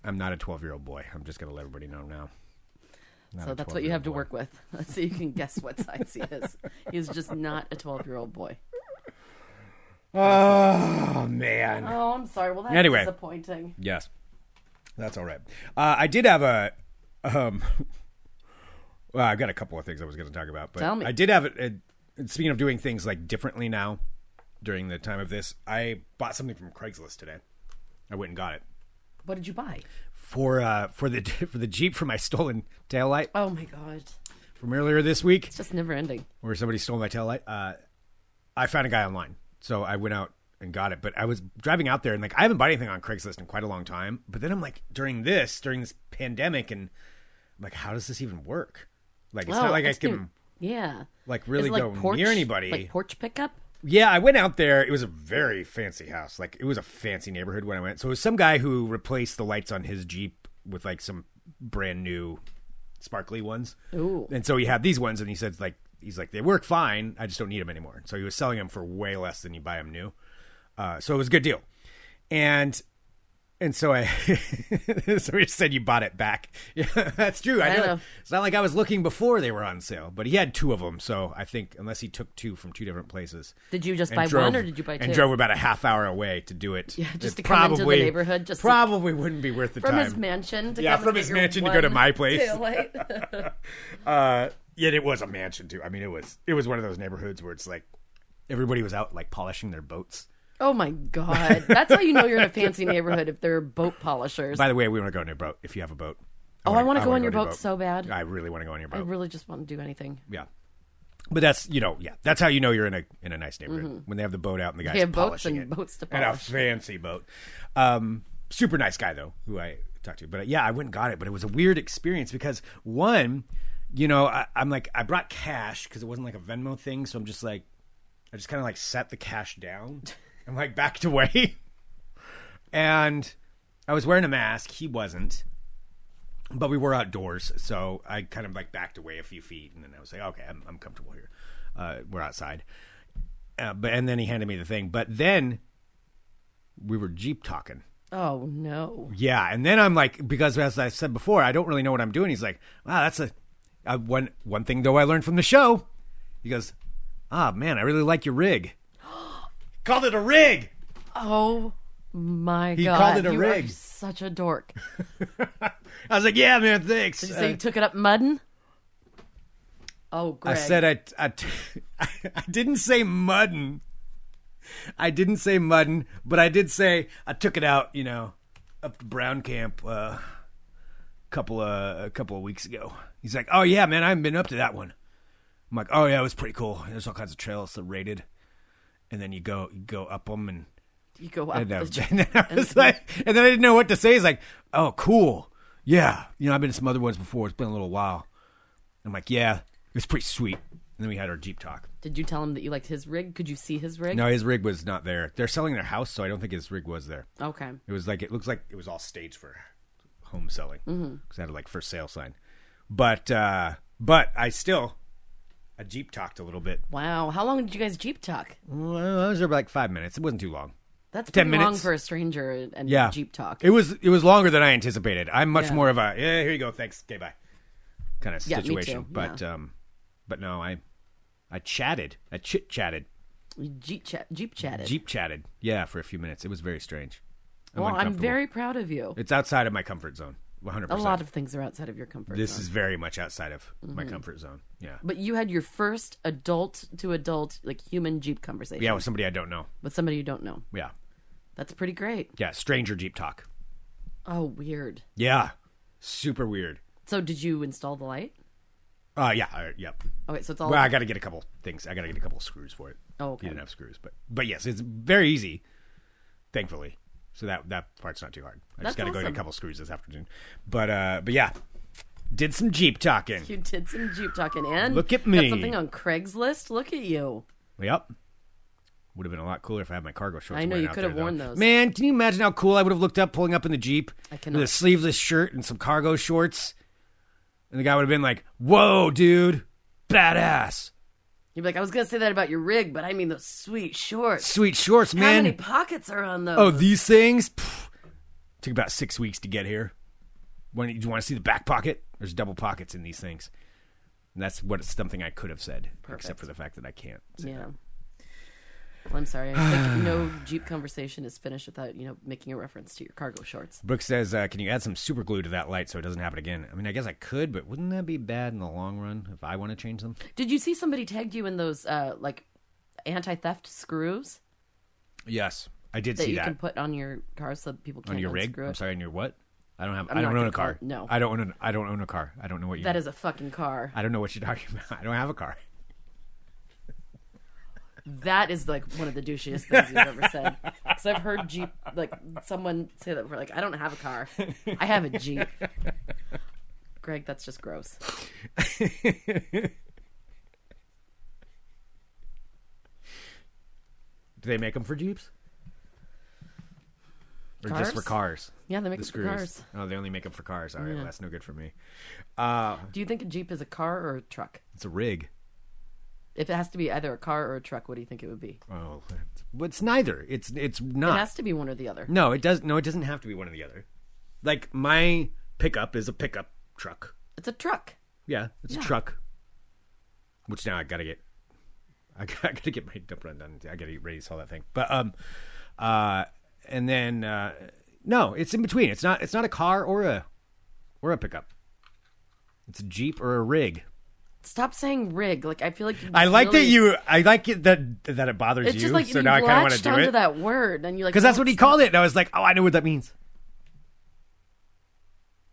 [SPEAKER 1] I'm not a 12 year old boy. I'm just gonna let everybody know now. Not
[SPEAKER 2] So
[SPEAKER 1] a
[SPEAKER 2] that's what you have to
[SPEAKER 1] 12-year-old
[SPEAKER 2] work with. So you can guess what size he is. He's just not a 12 year old boy.
[SPEAKER 1] boy. Oh man.
[SPEAKER 2] Oh, I'm sorry. Well, that's
[SPEAKER 1] Anyway.
[SPEAKER 2] disappointing.
[SPEAKER 1] Yes. That's all right. Uh, I did have a. Um, well, I got a couple of things I was going to talk about, but
[SPEAKER 2] Tell me.
[SPEAKER 1] I did have. A, a, speaking of doing things like differently now, during the time of this, I bought something from Craigslist today. I went and got it
[SPEAKER 2] What did you buy?
[SPEAKER 1] for uh, for the for the Jeep for my stolen taillight
[SPEAKER 2] Oh my God.
[SPEAKER 1] from earlier this week.
[SPEAKER 2] It's just never ending.
[SPEAKER 1] where somebody stole my tail light. Uh, I found a guy online, so I went out and got it. But I was driving out there, and like I haven't bought anything on Craigslist in quite a long time. But then I'm like, during this, during this pandemic, and I'm like, how does this even work? Like, it's
[SPEAKER 2] Oh,
[SPEAKER 1] not like I
[SPEAKER 2] it's
[SPEAKER 1] can
[SPEAKER 2] new. Yeah.
[SPEAKER 1] like really
[SPEAKER 2] Is it like
[SPEAKER 1] go
[SPEAKER 2] porch,
[SPEAKER 1] near anybody.
[SPEAKER 2] Like porch pickup?
[SPEAKER 1] Yeah, I went out there. It was a very fancy house. Like it was a fancy neighborhood when I went. So it was some guy who replaced the lights on his Jeep with like some brand new sparkly ones.
[SPEAKER 2] Ooh.
[SPEAKER 1] And so he had these ones and he said like he's like they work fine. I just don't need them anymore. So he was selling them for way less than you buy them new. Uh, so it was a good deal. And and so I so he said you bought it back. Yeah, that's true. I,
[SPEAKER 2] I
[SPEAKER 1] know.
[SPEAKER 2] know.
[SPEAKER 1] It's not like I was looking before they were on sale, but he had two of them. So I think unless he took two from two different places,
[SPEAKER 2] Did you just
[SPEAKER 1] and
[SPEAKER 2] buy
[SPEAKER 1] drove-
[SPEAKER 2] one or did you buy two?
[SPEAKER 1] And drove about a half hour away to do it. Yeah,
[SPEAKER 2] just to come into the neighborhood, just to-
[SPEAKER 1] probably wouldn't be worth the
[SPEAKER 2] from
[SPEAKER 1] time.
[SPEAKER 2] his mansion to
[SPEAKER 1] Yeah,
[SPEAKER 2] come and
[SPEAKER 1] from
[SPEAKER 2] get
[SPEAKER 1] his
[SPEAKER 2] your
[SPEAKER 1] mansion to go to
[SPEAKER 2] one
[SPEAKER 1] my place.
[SPEAKER 2] taillight.
[SPEAKER 1] uh, yet it was a mansion too. I mean, it was it was one of those neighborhoods where it's like everybody was out like polishing their boats.
[SPEAKER 2] oh my god! That's how you know you're in a fancy neighborhood if there are boat polishers.
[SPEAKER 1] By the way, we want to go on your boat if you have a boat.
[SPEAKER 2] Oh, I
[SPEAKER 1] wanna-
[SPEAKER 2] wanna go on your
[SPEAKER 1] your
[SPEAKER 2] boat so bad.
[SPEAKER 1] I really want to go on your
[SPEAKER 2] I
[SPEAKER 1] boat.
[SPEAKER 2] really just want to do anything.
[SPEAKER 1] yeah. But that's you know yeah that's how you know you're in a in a nice neighborhood when they have the boat out and the guy's
[SPEAKER 2] Mm-hmm. They have boats
[SPEAKER 1] polishing
[SPEAKER 2] and
[SPEAKER 1] it
[SPEAKER 2] boats to
[SPEAKER 1] and a
[SPEAKER 2] polish.
[SPEAKER 1] fancy boat. Um, super nice guy though who I talked to. But uh, yeah, I went and got it. But it was a weird experience because one, you know, I, I'm like I brought cash because it wasn't like a Venmo thing, so I'm just like I just kind of like set the cash down and like backed away. and I was wearing a mask. He wasn't but we were outdoors, so I kind of like backed away a few feet, and then I was like, okay, I'm, I'm comfortable here. Uh, we're outside. Uh, but and then he handed me the thing. But then we were jeep talking.
[SPEAKER 2] Oh no.
[SPEAKER 1] Yeah, and then I'm like, because as I said before, I don't really know what I'm doing. He's like, wow, that's a, a one one thing though I learned from the show. He goes, ah man, I really like your rig. Called it a rig.
[SPEAKER 2] Oh my
[SPEAKER 1] He
[SPEAKER 2] god.
[SPEAKER 1] called it a
[SPEAKER 2] you
[SPEAKER 1] rig.
[SPEAKER 2] Are such a dork. Did
[SPEAKER 1] I was like, yeah, man, thanks.
[SPEAKER 2] you
[SPEAKER 1] Uh,
[SPEAKER 2] say you took it up muddin? Oh, Greg.
[SPEAKER 1] I said I, I, t- I didn't say muddin. I didn't say muddin, but I did say I took it out, you know, up to Brown Camp uh, couple of, a couple of weeks ago. He's like, oh, yeah, man, I haven't been up to that one. I'm like, oh, yeah, it was pretty cool. There's all kinds of trails that rated. And then you go you go up them and
[SPEAKER 2] you go up
[SPEAKER 1] and, uh,
[SPEAKER 2] the
[SPEAKER 1] and then I was like, and then I didn't know what to say. It's like, oh, cool. Yeah. You know, I've been to some other ones before. It's been a little while. I'm like, yeah, it was pretty sweet. And then we had our Jeep talk.
[SPEAKER 2] Did you tell him that you liked his rig? Could you see his rig?
[SPEAKER 1] No, his rig was not there. They're selling their house, so I don't think his rig was there.
[SPEAKER 2] Okay.
[SPEAKER 1] It was like, it looks like it was all staged for home selling because I had a like for sale sign. But, uh, but I still, a Jeep talked a little bit.
[SPEAKER 2] Wow. How long did you guys Jeep talk?
[SPEAKER 1] Well, I was there for like five minutes. It wasn't too long.
[SPEAKER 2] That's
[SPEAKER 1] 10
[SPEAKER 2] pretty long
[SPEAKER 1] minutes.
[SPEAKER 2] for a stranger and
[SPEAKER 1] Yeah.
[SPEAKER 2] Jeep talk.
[SPEAKER 1] It was it was longer than I anticipated. I'm much
[SPEAKER 2] Yeah.
[SPEAKER 1] more of a yeah, here you go, thanks, okay, bye, kind of
[SPEAKER 2] Yeah, me
[SPEAKER 1] situation.
[SPEAKER 2] too,
[SPEAKER 1] But um, but no, I I chatted, I chit chatted,
[SPEAKER 2] Jeep chat. Jeep chatted.
[SPEAKER 1] jeep chatted, yeah, for a few minutes. It was very strange.
[SPEAKER 2] well, I'm
[SPEAKER 1] uncomfortable.
[SPEAKER 2] very proud of you.
[SPEAKER 1] It's outside of my comfort zone, 100.
[SPEAKER 2] A
[SPEAKER 1] percent
[SPEAKER 2] lot of things are outside of your comfort
[SPEAKER 1] this
[SPEAKER 2] zone. Mm-hmm.
[SPEAKER 1] is very much outside of my comfort zone. Yeah,
[SPEAKER 2] But you had your first adult to adult, like human Jeep conversation
[SPEAKER 1] yeah, with somebody I don't know.
[SPEAKER 2] with somebody you don't know.
[SPEAKER 1] Yeah,
[SPEAKER 2] That's pretty great.
[SPEAKER 1] yeah, stranger jeep talk.
[SPEAKER 2] Oh, weird.
[SPEAKER 1] Yeah, super weird.
[SPEAKER 2] So, did you install the light?
[SPEAKER 1] Uh, yeah, uh, yep.
[SPEAKER 2] Oh, wait, so it's all.
[SPEAKER 1] Well, I got to get a couple things. I got to get a couple screws for it.
[SPEAKER 2] Oh, okay.
[SPEAKER 1] He didn't have screws, but but yes, it's very easy, thankfully. So that that part's not too hard. I
[SPEAKER 2] That's
[SPEAKER 1] just got to go get
[SPEAKER 2] awesome.
[SPEAKER 1] a couple screws this afternoon. But uh, but yeah, did some Jeep talking.
[SPEAKER 2] you did some Jeep talking and
[SPEAKER 1] Look at
[SPEAKER 2] Got
[SPEAKER 1] me.
[SPEAKER 2] something on Craigslist. Look at you.
[SPEAKER 1] Yep. Would have been a lot cooler if I had my cargo shorts.
[SPEAKER 2] I know,
[SPEAKER 1] wearing
[SPEAKER 2] you
[SPEAKER 1] out
[SPEAKER 2] could have
[SPEAKER 1] there, though.
[SPEAKER 2] worn those.
[SPEAKER 1] Man, can you imagine how cool I would have looked up pulling up in the Jeep
[SPEAKER 2] I
[SPEAKER 1] with
[SPEAKER 2] cannot.
[SPEAKER 1] a sleeveless shirt and some cargo shorts, and the guy would have been like, "Whoa, dude, badass,
[SPEAKER 2] You'd be like, I was going to say that about your rig, but I mean those sweet shorts.
[SPEAKER 1] sweet shorts,
[SPEAKER 2] How
[SPEAKER 1] man."
[SPEAKER 2] many pockets are on those?
[SPEAKER 1] Oh, these things Pfft. took about six weeks to get here. When you want to see the back pocket? There's double pockets in these things. And that's what something I could have said, except for the fact that I can't.
[SPEAKER 2] yeah. Well, I'm sorry. I think no Jeep conversation is finished without you know making a reference to your cargo shorts.
[SPEAKER 1] Brooke says, uh, "Can you add some super glue to that light so it doesn't happen again?" I mean, I guess I could, but wouldn't that be bad in the long run if I want to change them?
[SPEAKER 2] Did you see somebody tagged you in those uh, like anti theft screws
[SPEAKER 1] Yes, I did
[SPEAKER 2] that
[SPEAKER 1] see
[SPEAKER 2] you
[SPEAKER 1] that
[SPEAKER 2] can put on your car so that people can't
[SPEAKER 1] on your rig.
[SPEAKER 2] unscrew
[SPEAKER 1] I'm
[SPEAKER 2] it?
[SPEAKER 1] sorry, on your what? I don't have.
[SPEAKER 2] I'm
[SPEAKER 1] I
[SPEAKER 2] not
[SPEAKER 1] don't
[SPEAKER 2] gonna
[SPEAKER 1] own a car.
[SPEAKER 2] call it- no.
[SPEAKER 1] I don't own. An, I don't own a car. I don't know what you.
[SPEAKER 2] That is a fucking car.
[SPEAKER 1] I don't know what you're talking about. I don't have a car.
[SPEAKER 2] That is like one of the douchiest things you've ever said. Because I've heard Jeep, like someone say that we're like, I don't have a car, I have a Jeep. Greg, that's just gross.
[SPEAKER 1] Do they make them for jeeps? Or just for cars?
[SPEAKER 2] Yeah, they make
[SPEAKER 1] The
[SPEAKER 2] it for
[SPEAKER 1] screws.
[SPEAKER 2] cars.
[SPEAKER 1] Oh, they only make them for cars. All right, well, that's no good for me.
[SPEAKER 2] Do you think a Jeep is a car or a truck?
[SPEAKER 1] It's a rig.
[SPEAKER 2] If it has to be either a car or a truck, what do you think it would be?
[SPEAKER 1] Oh, it's, well, it's neither. It's it's
[SPEAKER 2] It
[SPEAKER 1] not.
[SPEAKER 2] has to be one or the other.
[SPEAKER 1] no, it does. No, it doesn't have to be one or the other. Like my pickup is a pickup truck.
[SPEAKER 2] It's a truck.
[SPEAKER 1] Yeah, it's
[SPEAKER 2] Yeah.
[SPEAKER 1] a truck. Which now I gotta get. I gotta, I gotta get my dump run done. I gotta get ready to sell that thing. But um, uh, and then uh, no, it's in between. It's not. It's not a car or a or a pickup. It's a jeep or a rig.
[SPEAKER 2] Stop saying rig. Like I feel like you
[SPEAKER 1] I
[SPEAKER 2] just
[SPEAKER 1] like
[SPEAKER 2] really-
[SPEAKER 1] that you. I like it that that it bothers
[SPEAKER 2] It's
[SPEAKER 1] you.
[SPEAKER 2] just like
[SPEAKER 1] so
[SPEAKER 2] you
[SPEAKER 1] now I kind of want to
[SPEAKER 2] latched
[SPEAKER 1] do
[SPEAKER 2] onto
[SPEAKER 1] it
[SPEAKER 2] that word, and you like
[SPEAKER 1] because that's what he called it. And I was like, oh, I know what that means.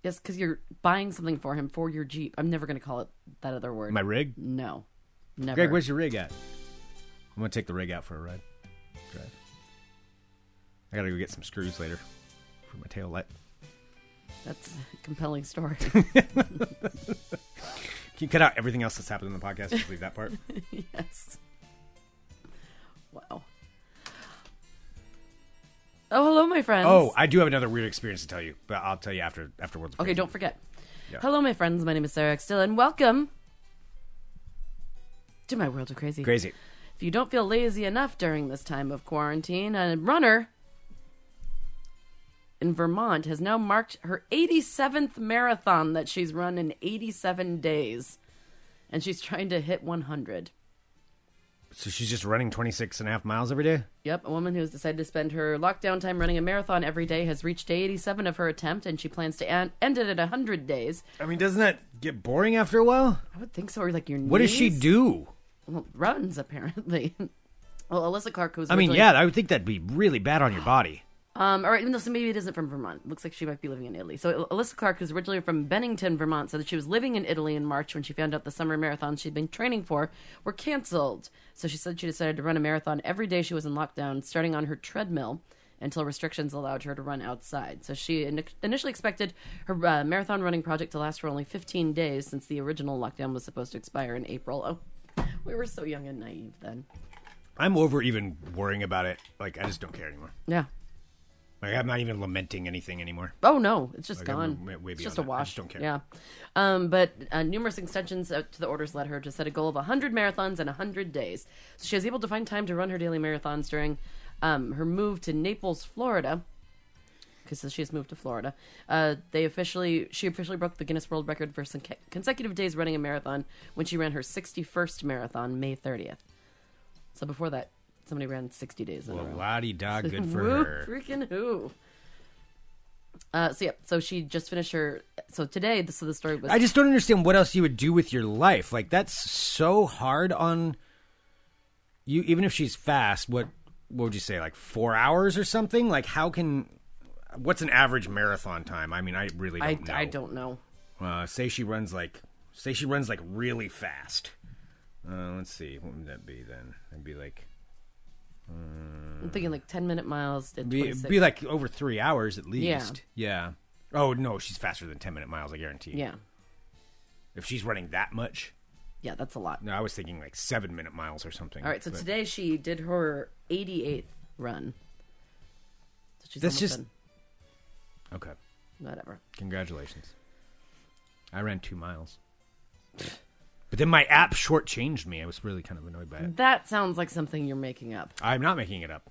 [SPEAKER 2] Yes, because you're buying something for him for your Jeep. I'm never going to call it that other word.
[SPEAKER 1] My rig.
[SPEAKER 2] No. Never.
[SPEAKER 1] Greg, where's your rig at? I'm gonna take the rig out for a ride. Drive. I gotta go get some screws later for my tail light.
[SPEAKER 2] That's a compelling story.
[SPEAKER 1] Can you cut out everything else that's happened in the podcast? Just leave that part.
[SPEAKER 2] yes. Wow. Oh, hello, my friends.
[SPEAKER 1] Oh, I do have another weird experience to tell you, but I'll tell you after afterwards.
[SPEAKER 2] okay. Don't forget.
[SPEAKER 1] Yeah.
[SPEAKER 2] Hello, my friends. My name is Sarah X. Dillon. Welcome to my world of crazy.
[SPEAKER 1] Crazy.
[SPEAKER 2] If you don't feel lazy enough during this time of quarantine, a runner in Vermont has now marked her 87th marathon that she's run in 87 days. And she's trying to hit 100.
[SPEAKER 1] So she's just running 26 and a half miles every day.
[SPEAKER 2] Yep, a woman who has decided to spend her lockdown time running a marathon every day has reached day 87 of her attempt, and she plans to an- end it at 100 days.
[SPEAKER 1] I mean, doesn't that get boring after a while?
[SPEAKER 2] I would think so, or like your
[SPEAKER 1] What does she
[SPEAKER 2] knees-
[SPEAKER 1] do?
[SPEAKER 2] Well, runs, apparently. well, Alyssa Clark, who's
[SPEAKER 1] I mean,
[SPEAKER 2] originally-
[SPEAKER 1] yeah, I would think that'd be really bad on your body.
[SPEAKER 2] Um, or even though so maybe it isn't from Vermont. Looks like she might be living in Italy. So Alyssa Clark, who's originally from Bennington, Vermont, said that she was living in Italy in March when she found out the summer marathons she'd been training for were canceled. So she said she decided to run a marathon every day she was in lockdown, starting on her treadmill until restrictions allowed her to run outside. So she in- initially expected her uh, marathon running project to last for only 15 days since the original lockdown was supposed to expire in April. Oh, we were so young and naive then.
[SPEAKER 1] I'm over even worrying about it. Like, I just don't care anymore.
[SPEAKER 2] Yeah.
[SPEAKER 1] Like, I'm not even lamenting anything anymore.
[SPEAKER 2] Oh no, it's just
[SPEAKER 1] Like, I'm
[SPEAKER 2] gone.
[SPEAKER 1] way- way
[SPEAKER 2] it's just a
[SPEAKER 1] beyond that. I
[SPEAKER 2] wash.
[SPEAKER 1] just don't care.
[SPEAKER 2] Yeah, um, but uh, numerous extensions uh, to the orders led her to set a goal of 100 marathons in 100 days. So she was able to find time to run her daily marathons during um, her move to Naples, Florida. Because she's moved to Florida, uh, they officially she officially broke the Guinness World Record for son- consecutive days running a marathon when she ran her 61st marathon May 30th. So before that, somebody ran 60 days in a
[SPEAKER 1] Well,
[SPEAKER 2] row.
[SPEAKER 1] la di da, good for
[SPEAKER 2] Woo,
[SPEAKER 1] her.
[SPEAKER 2] freaking who? Uh, so yeah, so she just finished her. So today, this, so the story was.
[SPEAKER 1] I just don't understand what else you would do with your life. Like, that's so hard on you. Even if she's fast, what what would you say? Like four hours or something? Like, how can? What's an average marathon time? I mean, I really
[SPEAKER 2] I,
[SPEAKER 1] don't know.
[SPEAKER 2] I don't know.
[SPEAKER 1] Uh, say she runs like say she runs like really fast. Uh, let's see, what would that be then? It'd be like
[SPEAKER 2] I'm thinking like ten minute miles. At
[SPEAKER 1] be,
[SPEAKER 2] 26.
[SPEAKER 1] be like over three hours at least. Yeah. Oh no, she's faster than ten minute miles. I guarantee.
[SPEAKER 2] yeah,
[SPEAKER 1] If she's running that much,
[SPEAKER 2] yeah, that's a lot.
[SPEAKER 1] no, I was thinking like seven minute miles or something.
[SPEAKER 2] All right, so
[SPEAKER 1] but
[SPEAKER 2] today she did her 88th run. So she's
[SPEAKER 1] That's
[SPEAKER 2] almost
[SPEAKER 1] just-
[SPEAKER 2] done.
[SPEAKER 1] okay.
[SPEAKER 2] whatever.
[SPEAKER 1] Congratulations. I ran two miles, but then my app shortchanged me. I was really kind of annoyed by it.
[SPEAKER 2] That sounds like something you're making up.
[SPEAKER 1] I'm not making it up.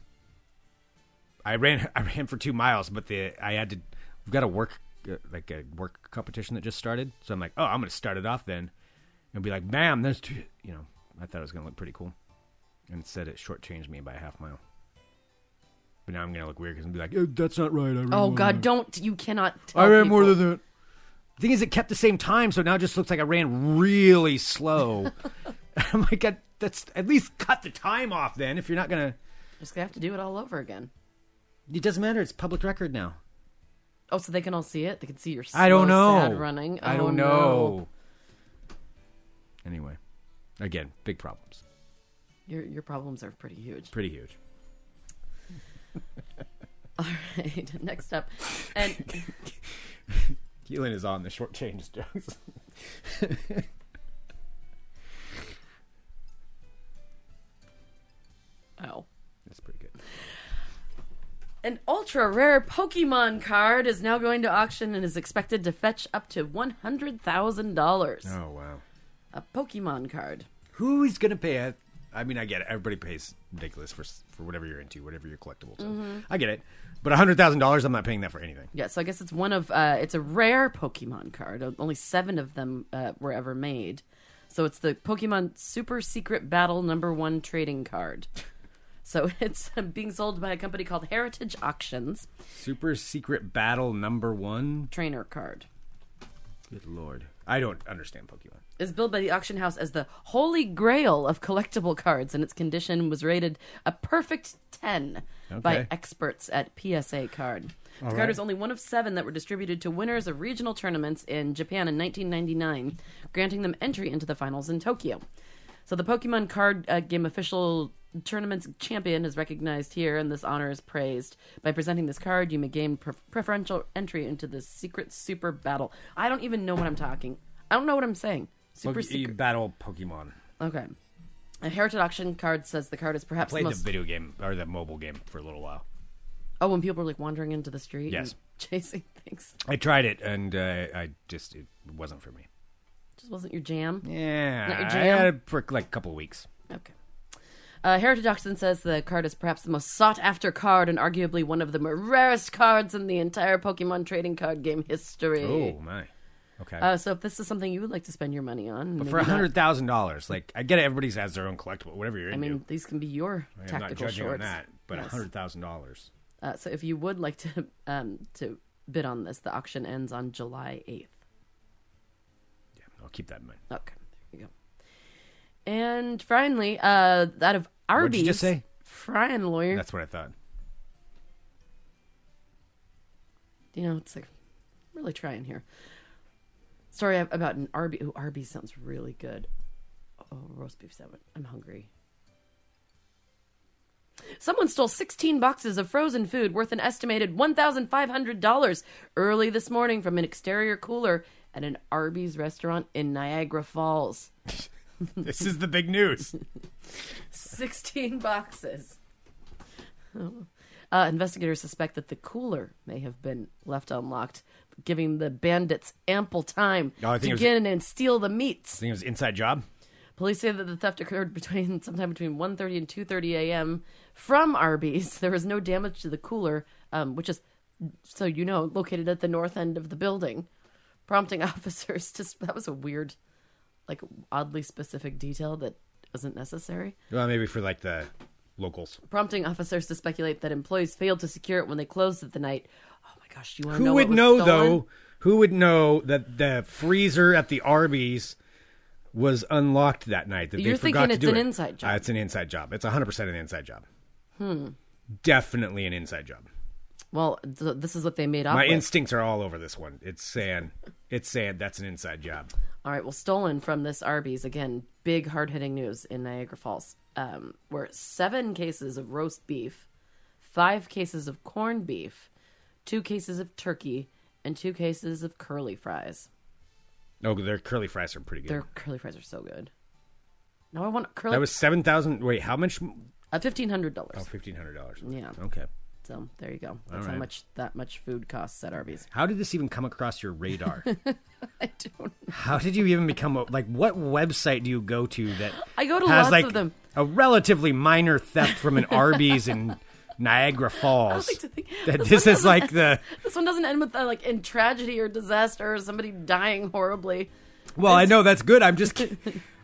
[SPEAKER 1] I ran I ran for two miles, but the I had to. We've got a work uh, like a work competition that just started, so I'm like, oh, I'm gonna start it off then, and be like, bam, there's two. You know, I thought it was gonna look pretty cool, and instead it shortchanged me by a half mile. But now I'm gonna look weird because I'm gonna be like, eh, that's not right. I ran
[SPEAKER 2] Oh
[SPEAKER 1] more
[SPEAKER 2] God,
[SPEAKER 1] than
[SPEAKER 2] don't you cannot.
[SPEAKER 1] that.
[SPEAKER 2] Tell
[SPEAKER 1] I ran more
[SPEAKER 2] people.
[SPEAKER 1] than that. The thing is, it kept the same time, so now it just looks like I ran really slow. I'm like, "God, that's at least cut the time off then. If you're not gonna,
[SPEAKER 2] Just gonna have to do it all over again.
[SPEAKER 1] it doesn't matter. It's public record now.
[SPEAKER 2] Oh, so they can all see it. They can see your. Slow,
[SPEAKER 1] I don't know.
[SPEAKER 2] Sad running.
[SPEAKER 1] I
[SPEAKER 2] Oh,
[SPEAKER 1] don't
[SPEAKER 2] no.
[SPEAKER 1] know. Anyway, again, big problems.
[SPEAKER 2] Your your problems are pretty huge.
[SPEAKER 1] Pretty huge.
[SPEAKER 2] Right. Next up, and
[SPEAKER 1] Keelan is on the short change jokes.
[SPEAKER 2] oh,
[SPEAKER 1] That's pretty good.
[SPEAKER 2] an ultra rare Pokemon card is now going to auction and is expected to fetch up to one hundred thousand dollars.
[SPEAKER 1] Oh wow.
[SPEAKER 2] A Pokemon card.
[SPEAKER 1] Who is gonna pay it? I mean, I get it. Everybody pays ridiculous for for whatever you're into, whatever your collectibles. are. I get it. But hundred thousand dollars, I'm not paying that for anything.
[SPEAKER 2] Yeah, so I guess it's one of uh, it's a rare Pokemon card. O- Only seven of them uh, were ever made. So it's the Pokemon Super Secret Battle Number One trading card. So it's being sold by a company called Heritage Auctions.
[SPEAKER 1] Super secret battle number one.
[SPEAKER 2] Trainer card.
[SPEAKER 1] Good lord. I don't understand Pokemon.
[SPEAKER 2] is billed by the auction house as the holy grail of collectible cards, and its condition was rated a perfect 10 by
[SPEAKER 1] Okay.
[SPEAKER 2] experts at PSA Card. The card was only one of seven that were distributed to winners of regional tournaments in Japan in 1999, granting them entry into the finals in Tokyo. So the Pokemon card uh, game official tournament's champion is recognized here, and this honor is praised. By presenting this card, you may gain pre- preferential entry into the secret super battle. I don't even know what I'm talking. I don't know what I'm saying. Super
[SPEAKER 1] Poke- you
[SPEAKER 2] secret.
[SPEAKER 1] battle Pokemon.
[SPEAKER 2] Okay. A heritage auction card says the card is perhaps the
[SPEAKER 1] Played the
[SPEAKER 2] most.
[SPEAKER 1] video game or the mobile game for a little while.
[SPEAKER 2] oh, when people are like wandering into the street,
[SPEAKER 1] Yes.
[SPEAKER 2] and chasing things.
[SPEAKER 1] I tried it and uh, I just it wasn't for me.
[SPEAKER 2] Just wasn't your jam.
[SPEAKER 1] Yeah,
[SPEAKER 2] Not your
[SPEAKER 1] I
[SPEAKER 2] jam?
[SPEAKER 1] had it for like a couple of weeks.
[SPEAKER 2] Okay. Uh, Heritage Auction says the card is perhaps the most sought after card and arguably one of the rarest cards in the entire Pokemon trading card game history.
[SPEAKER 1] Oh my. Okay.
[SPEAKER 2] Uh, so if this is something you would like to spend your money on, maybe
[SPEAKER 1] for a
[SPEAKER 2] not.
[SPEAKER 1] hundred thousand dollars, like I get it. Everybody's has their own collectible, whatever you're
[SPEAKER 2] I
[SPEAKER 1] into.
[SPEAKER 2] mean, these can be your
[SPEAKER 1] I'm not
[SPEAKER 2] tactical
[SPEAKER 1] judging
[SPEAKER 2] shorts.
[SPEAKER 1] on that, but a
[SPEAKER 2] Yes.
[SPEAKER 1] hundred thousand dollars.
[SPEAKER 2] Uh, so if you would like to um, to bid on this, the auction ends on July eighth.
[SPEAKER 1] Yeah, I'll keep that in mind.
[SPEAKER 2] Okay, there you go. And finally, uh, out of Arby's,
[SPEAKER 1] What'd you just say?
[SPEAKER 2] Frying lawyer.
[SPEAKER 1] That's what I thought.
[SPEAKER 2] you know, it's like I'm really trying here. Story ab- about an Arby. Ooh, Arby's sounds really good. Oh, roast beef sandwich. I'm hungry. Someone stole 16 boxes of frozen food worth an estimated $1,500 early this morning from an exterior cooler at an Arby's restaurant in Niagara Falls.
[SPEAKER 1] this is the big news.
[SPEAKER 2] 16 boxes. Uh, investigators suspect that the cooler may have been left unlocked, giving the bandits ample time
[SPEAKER 1] No, I think
[SPEAKER 2] to
[SPEAKER 1] it was-
[SPEAKER 2] get in and steal the meats.
[SPEAKER 1] Think it was inside job.
[SPEAKER 2] Police say that the theft occurred between sometime between 1.30 and 2.30 a.m. from Arby's. There was no damage to the cooler, um, which is, so you know, located at the north end of the building, prompting officers to... That was a weird, like, oddly specific detail that wasn't necessary
[SPEAKER 1] Well, maybe for like the locals.
[SPEAKER 2] prompting officers to speculate that employees failed to secure it when they closed at the night. Oh my gosh, you want to
[SPEAKER 1] Who
[SPEAKER 2] know what
[SPEAKER 1] would
[SPEAKER 2] was
[SPEAKER 1] know
[SPEAKER 2] stolen?
[SPEAKER 1] though? Who would know that the freezer at the Arby's was unlocked that night? That
[SPEAKER 2] You're
[SPEAKER 1] they forgot
[SPEAKER 2] thinking
[SPEAKER 1] to
[SPEAKER 2] it's
[SPEAKER 1] do
[SPEAKER 2] an
[SPEAKER 1] it?
[SPEAKER 2] inside job.
[SPEAKER 1] Uh, it's an inside job. It's 100 percent an inside job. Hmm. Definitely an inside job.
[SPEAKER 2] Well, th- this is what they made off
[SPEAKER 1] My
[SPEAKER 2] with.
[SPEAKER 1] instincts are all over this one. It's saying, it's saying that's an inside job.
[SPEAKER 2] All right, well, stolen from this Arby's again. Big hard hitting news in Niagara Falls, um, where seven cases of roast beef, five cases of corned beef, two cases of turkey, and two cases of curly fries.
[SPEAKER 1] No, Oh, their curly fries are pretty good.
[SPEAKER 2] Their curly fries are so good. Now I want curly.
[SPEAKER 1] that was seven thousand. Wait, how much? Oh,
[SPEAKER 2] uh, fifteen hundred dollars.
[SPEAKER 1] fifteen hundred dollars.
[SPEAKER 2] Yeah.
[SPEAKER 1] Okay.
[SPEAKER 2] So there you go. That's how
[SPEAKER 1] right.
[SPEAKER 2] much that much food costs at Arby's.
[SPEAKER 1] How did this even come across your radar?
[SPEAKER 2] I don't.
[SPEAKER 1] how did you even become a, like? What website do you go to that
[SPEAKER 2] I go to
[SPEAKER 1] has
[SPEAKER 2] lots
[SPEAKER 1] like
[SPEAKER 2] of them.
[SPEAKER 1] a relatively minor theft from an Arby's in Niagara Falls?
[SPEAKER 2] like to think-
[SPEAKER 1] that
[SPEAKER 2] this
[SPEAKER 1] this
[SPEAKER 2] one
[SPEAKER 1] is like the
[SPEAKER 2] This one doesn't end with uh, like in tragedy or disaster or somebody dying horribly.
[SPEAKER 1] well, I know that's good. I'm just ki-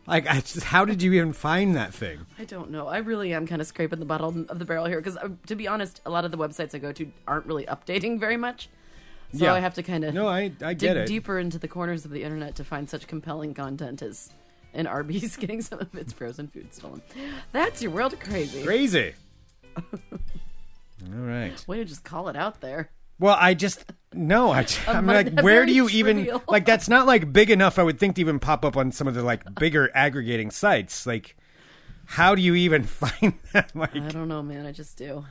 [SPEAKER 1] like, I just, how did you even find that thing?
[SPEAKER 2] I don't know. I really am kind of scraping the bottom of the barrel here because, uh, to be honest, a lot of the websites I go to aren't really updating very much. So
[SPEAKER 1] Yeah.
[SPEAKER 2] I have to kind of
[SPEAKER 1] No, I I
[SPEAKER 2] dig
[SPEAKER 1] get it.
[SPEAKER 2] deeper into the corners of the internet to find such compelling content as an Arby's getting some of its frozen food stolen. That's your world of crazy.
[SPEAKER 1] Crazy. All right.
[SPEAKER 2] Way to just call it out there.
[SPEAKER 1] Well, I just no. I, am
[SPEAKER 2] mon-
[SPEAKER 1] like,
[SPEAKER 2] a
[SPEAKER 1] where
[SPEAKER 2] very
[SPEAKER 1] do you even
[SPEAKER 2] trivial-
[SPEAKER 1] like? That's not like big enough. I would think to even pop up on some of the like bigger aggregating sites. Like, how do you even find that? Like,
[SPEAKER 2] I don't know, man. I just do.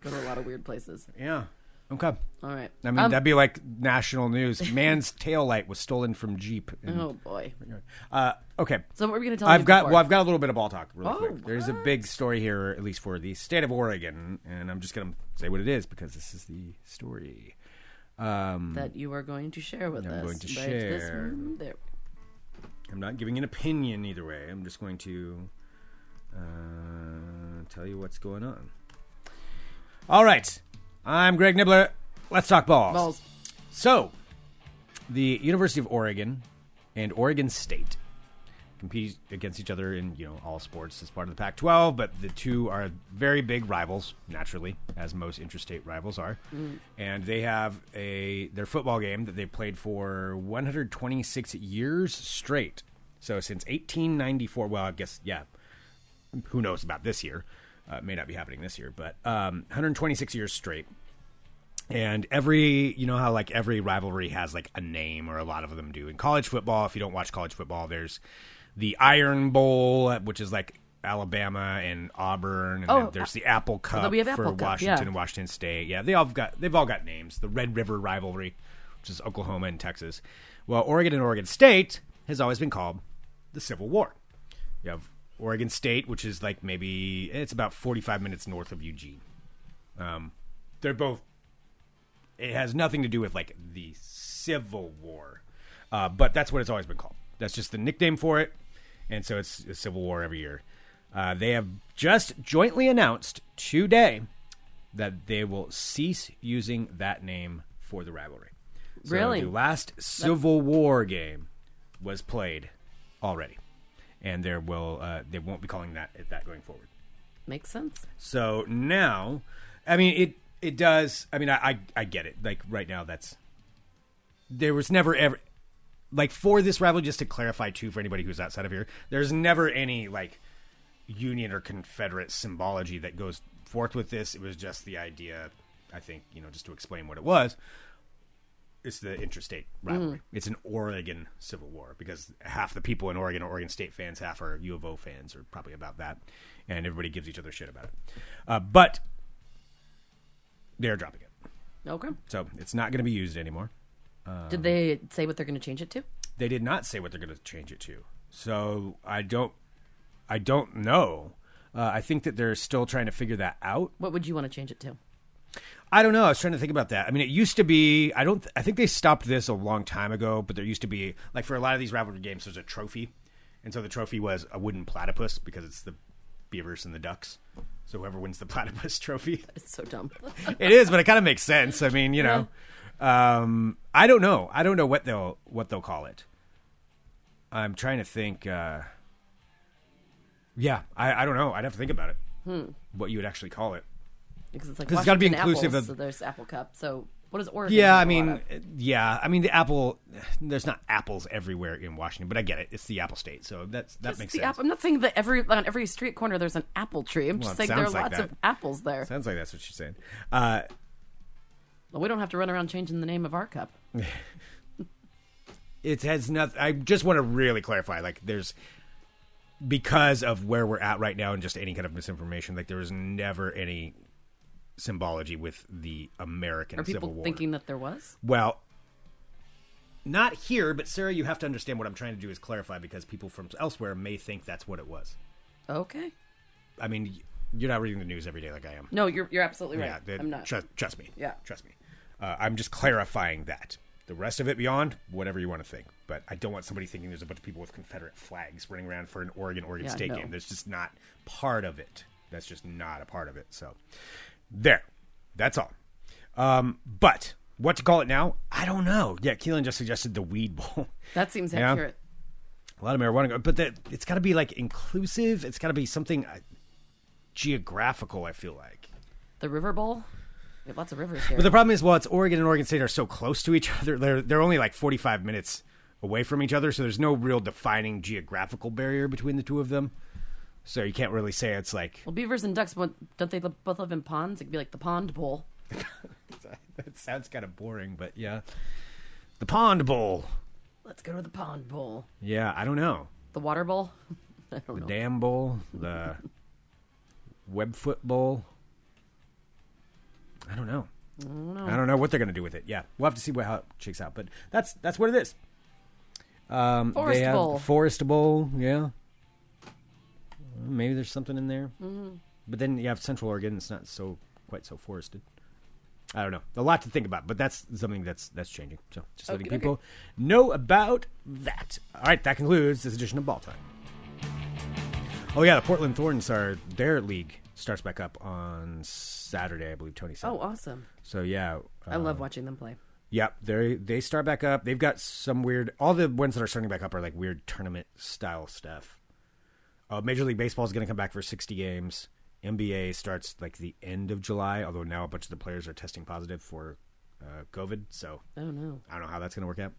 [SPEAKER 2] go to a lot of weird places.
[SPEAKER 1] yeah. Okay.
[SPEAKER 2] All right.
[SPEAKER 1] I mean,
[SPEAKER 2] Um,
[SPEAKER 1] that'd be like national news. Man's taillight was stolen from Jeep. And,
[SPEAKER 2] Oh boy.
[SPEAKER 1] uh, okay.
[SPEAKER 2] So what were we going to tell you
[SPEAKER 1] I've got
[SPEAKER 2] before?
[SPEAKER 1] well, I've got a little bit of ball talk. Really
[SPEAKER 2] Oh,
[SPEAKER 1] quick. There's a big story here, at least for the state of Oregon, and I'm just gonna say what it is because this is the story. Um,
[SPEAKER 2] that you are going to share with
[SPEAKER 1] I'm
[SPEAKER 2] us.
[SPEAKER 1] going to
[SPEAKER 2] right this-
[SPEAKER 1] share.
[SPEAKER 2] mm, there.
[SPEAKER 1] I'm not giving an opinion either way. I'm just going to uh, tell you what's going on. All right. I'm Greg Nibbler. Let's talk balls.
[SPEAKER 2] Balls.
[SPEAKER 1] So, the University of Oregon and Oregon State compete against each other in you know all sports as part of the Pac-12, but the two are very big rivals naturally, as most interstate rivals are. And they have a their football game that they played for 126 years straight. So since 1894, well, I guess yeah, who knows about this year? Uh, it may not be happening this year, but um, 126 years straight. And every, you know how like every rivalry has like a name, or a lot of them do. In college football, if you don't watch college football, there's the Iron Bowl, which is like Alabama and Auburn, and
[SPEAKER 2] Oh,
[SPEAKER 1] then there's the Apple Cup
[SPEAKER 2] we have
[SPEAKER 1] for
[SPEAKER 2] Apple Cup,
[SPEAKER 1] Washington
[SPEAKER 2] yeah.
[SPEAKER 1] and Washington State. Yeah, they all got they've all got names. The Red River rivalry, which is Oklahoma and Texas. Well, Oregon and Oregon State has always been called the Civil War. You have Oregon State, which is like maybe it's about 45 minutes north of Eugene. Um, they're both. It has nothing to do with like the Civil War, uh, but that's what it's always been called. That's just the nickname for it, and so it's a Civil War every year. Uh, they have just jointly announced today that they will cease using that name for the rivalry. So
[SPEAKER 2] Really?
[SPEAKER 1] The last Civil War game was played already, and there will uh, they won't be calling that that going forward.
[SPEAKER 2] Makes sense.
[SPEAKER 1] So now, I mean, it it does. I mean, I I, I get it. Like right now, that's there was never ever like for this rivalry. Just to clarify too, for anybody who's outside of here, there's never any like Union or Confederate symbology that goes forth with this. It was just the idea. I think you know, just to explain what it was. It's the interstate rivalry. It's an Oregon Civil War because half the people in Oregon are Oregon State fans, half are U of O fans, or probably about that, and everybody gives each other shit about it. Uh, but they're dropping it,
[SPEAKER 2] Okay.
[SPEAKER 1] so it's not going to be used anymore.
[SPEAKER 2] Did
[SPEAKER 1] Um,
[SPEAKER 2] they say what they're going to change it to?
[SPEAKER 1] they did not say what they're going to change it to. So I don't, I don't know. Uh, I think that they're still trying to figure that out.
[SPEAKER 2] What would you want to change it to?
[SPEAKER 1] I don't know. I was trying to think about that. I mean, it used to be. I don't. I think they stopped this a long time ago. But there used to be like for a lot of these rivalry games, there's a trophy, and so the trophy was a wooden platypus because it's the beavers and the ducks. So whoever wins the platypus trophy
[SPEAKER 2] It's so dumb.
[SPEAKER 1] it is, but it kind of makes sense. I mean, you know, um, I don't know. I don't know what they'll what they'll call it. I'm trying to think. Uh, yeah, I, I don't know. I'd have to think about it.
[SPEAKER 2] Hmm.
[SPEAKER 1] What you would actually call it?
[SPEAKER 2] because it's like
[SPEAKER 1] 'Cause it's gotta be
[SPEAKER 2] Washington
[SPEAKER 1] inclusive
[SPEAKER 2] apples,
[SPEAKER 1] of-
[SPEAKER 2] so there's Apple Cup. So what is Oregon?
[SPEAKER 1] Yeah, I
[SPEAKER 2] have a lot
[SPEAKER 1] mean, uh,
[SPEAKER 2] of?
[SPEAKER 1] yeah, I mean the apple. There's not apples everywhere in Washington, but I get it. It's the apple state, so that's that
[SPEAKER 2] It's
[SPEAKER 1] makes
[SPEAKER 2] the
[SPEAKER 1] sense.
[SPEAKER 2] app- I'm not saying that every on every street corner there's an apple tree. I'm
[SPEAKER 1] Well, it
[SPEAKER 2] just saying there are
[SPEAKER 1] sounds like
[SPEAKER 2] lots
[SPEAKER 1] that.
[SPEAKER 2] of apples there.
[SPEAKER 1] Sounds like that's what she's saying. Uh,
[SPEAKER 2] Well, we don't have to run around changing the name of our cup.
[SPEAKER 1] it has nothing. I just want to really clarify. Like, there's because of where we're at right now and just any kind of misinformation. Like, there was never any symbology with the American
[SPEAKER 2] Are
[SPEAKER 1] Civil
[SPEAKER 2] people
[SPEAKER 1] War.
[SPEAKER 2] thinking that there was?
[SPEAKER 1] well, not here, but Sarah, you have to understand what I'm trying to do is clarify because people from elsewhere may think that's what it was.
[SPEAKER 2] Okay.
[SPEAKER 1] I mean, you're not reading the news every day like I am.
[SPEAKER 2] No, you're you're absolutely right.
[SPEAKER 1] Yeah, that-
[SPEAKER 2] I'm not.
[SPEAKER 1] Trust, trust me.
[SPEAKER 2] Yeah.
[SPEAKER 1] trust me. Uh, I'm just clarifying that. The rest of it beyond, whatever you want to think. But I don't want somebody thinking there's a bunch of people with Confederate flags running around for an Oregon Oregon
[SPEAKER 2] Yeah,
[SPEAKER 1] State
[SPEAKER 2] no.
[SPEAKER 1] game. That's just not part of it. That's just not a part of it. So there, that's all. Um, but what to call it now? I don't know. Yeah, Keelan just suggested the Weed Bowl.
[SPEAKER 2] That seems
[SPEAKER 1] Yeah.
[SPEAKER 2] accurate.
[SPEAKER 1] a lot of marijuana, but that it's got to be like inclusive. It's got to be something uh, geographical. I feel like.
[SPEAKER 2] The River Bowl. We have lots of rivers here.
[SPEAKER 1] But the problem is, well, it's Oregon and Oregon State are so close to each other. They're they're only like forty five minutes away from each other, so there's no real defining geographical barrier between the two of them. So you can't really say it's like
[SPEAKER 2] well, beavers and ducks, but don't they li- both live in ponds? It could be like the pond bowl.
[SPEAKER 1] that sounds kind of boring, but yeah, the Pond Bowl.
[SPEAKER 2] Let's go to the pond bowl.
[SPEAKER 1] Yeah, I don't know
[SPEAKER 2] The water bowl. I don't know.
[SPEAKER 1] Dam Bowl, the Webfoot Bowl. I don't know. I don't know. what they're gonna do with it. Yeah, we'll have to see what, how it shakes out. But that's that's what it is. Um,
[SPEAKER 2] Forest
[SPEAKER 1] they have
[SPEAKER 2] Bowl.
[SPEAKER 1] Forest Bowl, yeah. Uh, Maybe there's something in there. Mm-hmm. But then you have Central Oregon. It's not so quite so forested. I don't know. A lot to think about, but that's something that's that's changing. So just letting
[SPEAKER 2] Okey-dokey.
[SPEAKER 1] people know about that. All right, that concludes this edition of Ball Time. Oh yeah, the Portland Thorns are their league starts back up on Saturday, I believe, Tony said.
[SPEAKER 2] Oh, awesome!
[SPEAKER 1] So yeah,
[SPEAKER 2] I
[SPEAKER 1] uh,
[SPEAKER 2] love watching them play.
[SPEAKER 1] Yep, they they start back up. They've got some weird. All the ones that are starting back up are like weird tournament style stuff. Uh, Major League Baseball is going to come back for sixty games. NBA starts like the end of July, although now a bunch of the players are testing positive for uh, COVID. So
[SPEAKER 2] I don't know.
[SPEAKER 1] I don't know how that's going to work out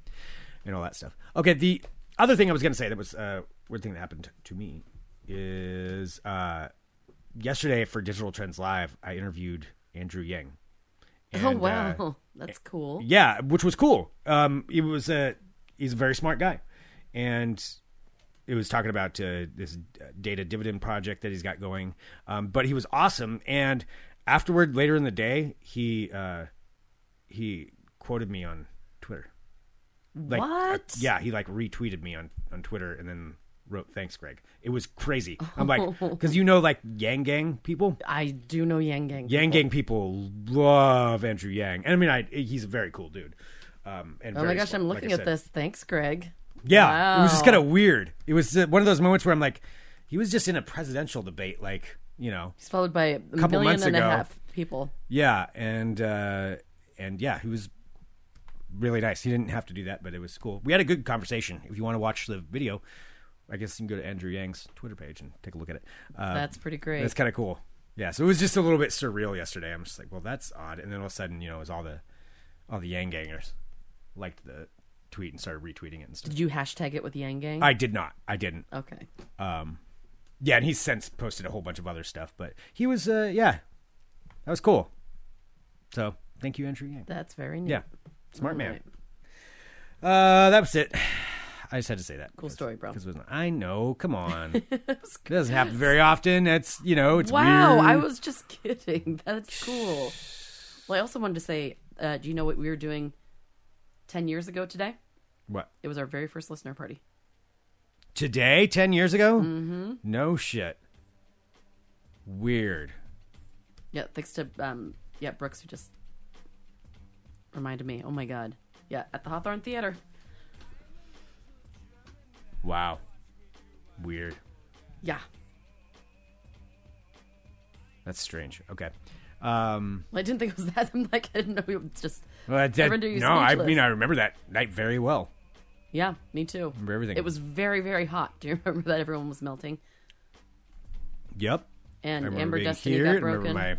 [SPEAKER 1] and all that stuff. Okay, the other thing I was going to say that was uh, weird thing that happened to me is uh, yesterday for Digital Trends Live, I interviewed Andrew Yang.
[SPEAKER 2] oh
[SPEAKER 1] And,
[SPEAKER 2] wow,
[SPEAKER 1] uh,
[SPEAKER 2] that's cool.
[SPEAKER 1] yeah, which was cool. Um, he was a he's a very smart guy, and it was talking about uh, this data dividend project that he's got going. Um, but he was awesome. And afterward, later in the day, he uh, he quoted me on Twitter. Like, uh,
[SPEAKER 2] What?
[SPEAKER 1] yeah, he like retweeted me on on Twitter and then wrote thanks, Greg. It was crazy. I'm like, because you know, like Yang Gang people.
[SPEAKER 2] I do know Yang Gang.
[SPEAKER 1] Yang Gang people love Andrew Yang, and I mean, I he's a very cool dude. Um, and
[SPEAKER 2] Oh my
[SPEAKER 1] very
[SPEAKER 2] gosh,
[SPEAKER 1] smart,
[SPEAKER 2] I'm
[SPEAKER 1] like I
[SPEAKER 2] looking at
[SPEAKER 1] said.
[SPEAKER 2] this. Thanks, Greg.
[SPEAKER 1] Yeah, it was just
[SPEAKER 2] Wow.
[SPEAKER 1] kind of weird. It was uh, one of those moments where I'm like, he was just in a presidential debate, like you know,
[SPEAKER 2] He's followed by a
[SPEAKER 1] couple
[SPEAKER 2] million
[SPEAKER 1] months
[SPEAKER 2] and a
[SPEAKER 1] ago.
[SPEAKER 2] half people.
[SPEAKER 1] yeah, and uh, and yeah, he was really nice. He didn't have to do that, but it was cool. We had a good conversation. If you want to watch the video, I guess you can go to Andrew Yang's Twitter page and take a look at it. Uh,
[SPEAKER 2] That's pretty great.
[SPEAKER 1] That's kind of cool. Yeah, so it was just a little bit surreal yesterday. I'm just like, well, that's odd. And then all of a sudden, you know, it was all the all the Yang Gangers liked the tweet and started retweeting it and stuff.
[SPEAKER 2] Did you hashtag it with Yang Gang?
[SPEAKER 1] I did not. I didn't.
[SPEAKER 2] okay.
[SPEAKER 1] Yeah, and he's since posted a whole bunch of other stuff, but he was, uh, yeah, that was cool. So thank you, Andrew Yang.
[SPEAKER 2] That's very neat.
[SPEAKER 1] Yeah, smart man.
[SPEAKER 2] Alright.
[SPEAKER 1] Uh, that was it. I just had to say that.
[SPEAKER 2] Cool story, bro.
[SPEAKER 1] Because I know. Come on, it doesn't happen very often. It's you know, it's
[SPEAKER 2] Wow,
[SPEAKER 1] weird.
[SPEAKER 2] I was just kidding. That's cool. Well, I also wanted to say, uh, do you know what we were doing 10 years ago today?
[SPEAKER 1] what
[SPEAKER 2] It was our very first listener party.
[SPEAKER 1] today, ten years ago. Mm-hmm. No shit. Weird.
[SPEAKER 2] Yeah, thanks to, um, yeah, Brooks, who just reminded me. Oh my God. Yeah, at the Hawthorne Theater.
[SPEAKER 1] Wow. Weird.
[SPEAKER 2] Yeah.
[SPEAKER 1] That's strange. Okay. Um,
[SPEAKER 2] Well, I didn't think it was that. I'm like, I didn't know we would just.
[SPEAKER 1] well, that, that-
[SPEAKER 2] Render you
[SPEAKER 1] no, I
[SPEAKER 2] speechless.
[SPEAKER 1] mean I remember that night very well.
[SPEAKER 2] Yeah, me too.
[SPEAKER 1] Remember everything.
[SPEAKER 2] It was very, very hot. Do you remember that everyone was melting?
[SPEAKER 1] Yep. I
[SPEAKER 2] And
[SPEAKER 1] remember
[SPEAKER 2] Amber
[SPEAKER 1] being
[SPEAKER 2] Destiny
[SPEAKER 1] here. I
[SPEAKER 2] got
[SPEAKER 1] remember
[SPEAKER 2] broken.
[SPEAKER 1] my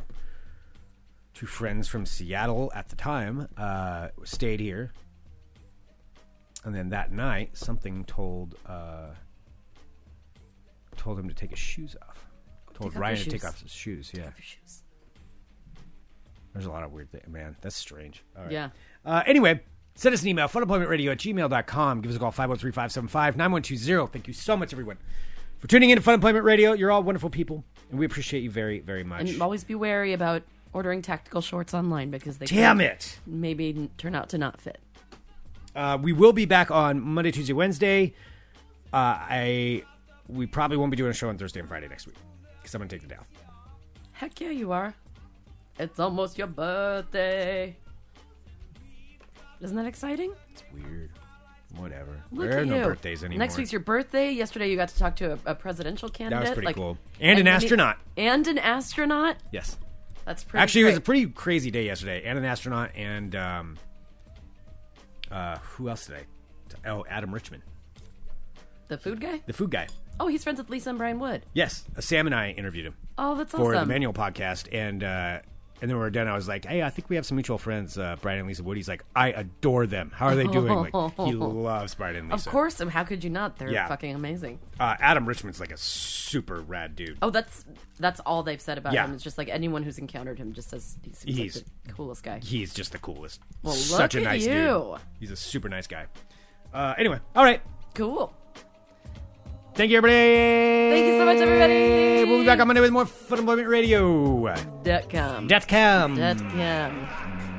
[SPEAKER 1] two friends from Seattle at the time uh, stayed here, and then that night something told uh, told him to take his shoes off. Told
[SPEAKER 2] Take off
[SPEAKER 1] Ryan
[SPEAKER 2] your
[SPEAKER 1] to take
[SPEAKER 2] shoes.
[SPEAKER 1] off his shoes. Yeah,
[SPEAKER 2] Your shoes.
[SPEAKER 1] there's a lot of weird things. Man, that's strange. All right.
[SPEAKER 2] Yeah.
[SPEAKER 1] Uh, anyway, send us an email, funemploymentradio at gmail.com. Give us a call, 503-575-9120. Thank you so much, everyone, for tuning in to Fun Employment Radio. You're all wonderful people, and we appreciate you very, very much.
[SPEAKER 2] And always be wary about ordering tactical shorts online because they
[SPEAKER 1] Damn
[SPEAKER 2] could
[SPEAKER 1] it!
[SPEAKER 2] maybe n- turn out to not fit.
[SPEAKER 1] Uh, we will be back on Monday, Tuesday, Wednesday. Uh, I We probably won't be doing a show on Thursday and Friday next week because I'm going to take the day off.
[SPEAKER 2] Heck yeah, you are. It's almost your birthday. Isn't that exciting?
[SPEAKER 1] It's weird. Whatever.
[SPEAKER 2] Look
[SPEAKER 1] there
[SPEAKER 2] at
[SPEAKER 1] are no
[SPEAKER 2] you.
[SPEAKER 1] birthdays anymore.
[SPEAKER 2] Next week's your birthday. Yesterday you got to talk to a, a presidential candidate.
[SPEAKER 1] pretty
[SPEAKER 2] like-
[SPEAKER 1] cool. And an
[SPEAKER 2] when you-
[SPEAKER 1] astronaut.
[SPEAKER 2] And an astronaut.
[SPEAKER 1] Yes.
[SPEAKER 2] That's pretty.
[SPEAKER 1] Actually, it was a
[SPEAKER 2] great.
[SPEAKER 1] pretty crazy day yesterday. And an astronaut, and um, uh, who else today? Oh, Adam Richman,
[SPEAKER 2] the food guy.
[SPEAKER 1] the food guy.
[SPEAKER 2] Oh, he's friends with Lisa and Brian Wood.
[SPEAKER 1] Yes, Sam and I interviewed him
[SPEAKER 2] Oh, that's
[SPEAKER 1] for the
[SPEAKER 2] awesome.
[SPEAKER 1] Manual podcast, and uh, and then when we were done. I was like, "Hey, I think we have some mutual friends, uh, Brian and Lisa Wood." He's like, "I adore them. How are they doing?" Like, he loves Brian and
[SPEAKER 2] Of
[SPEAKER 1] Lisa.
[SPEAKER 2] course. How could you not? They're
[SPEAKER 1] Yeah.
[SPEAKER 2] fucking amazing.
[SPEAKER 1] uh, Adam Richman's like a super rad dude.
[SPEAKER 2] Oh, that's that's all they've said about
[SPEAKER 1] Yeah.
[SPEAKER 2] him. It's just like anyone who's encountered him just says he seems
[SPEAKER 1] He's-
[SPEAKER 2] like the coolest guy.
[SPEAKER 1] He's just the coolest.
[SPEAKER 2] Well,
[SPEAKER 1] Such
[SPEAKER 2] look
[SPEAKER 1] a
[SPEAKER 2] at
[SPEAKER 1] nice
[SPEAKER 2] you.
[SPEAKER 1] dude. He's a super nice guy. Uh, anyway, all right.
[SPEAKER 2] Cool.
[SPEAKER 1] Thank you, everybody.
[SPEAKER 2] Thank you so much, everybody.
[SPEAKER 1] We'll be back on Monday with more Fun Employment Radio.
[SPEAKER 2] Dot com.
[SPEAKER 1] Dot com.
[SPEAKER 2] Dot com.
[SPEAKER 1] Mm.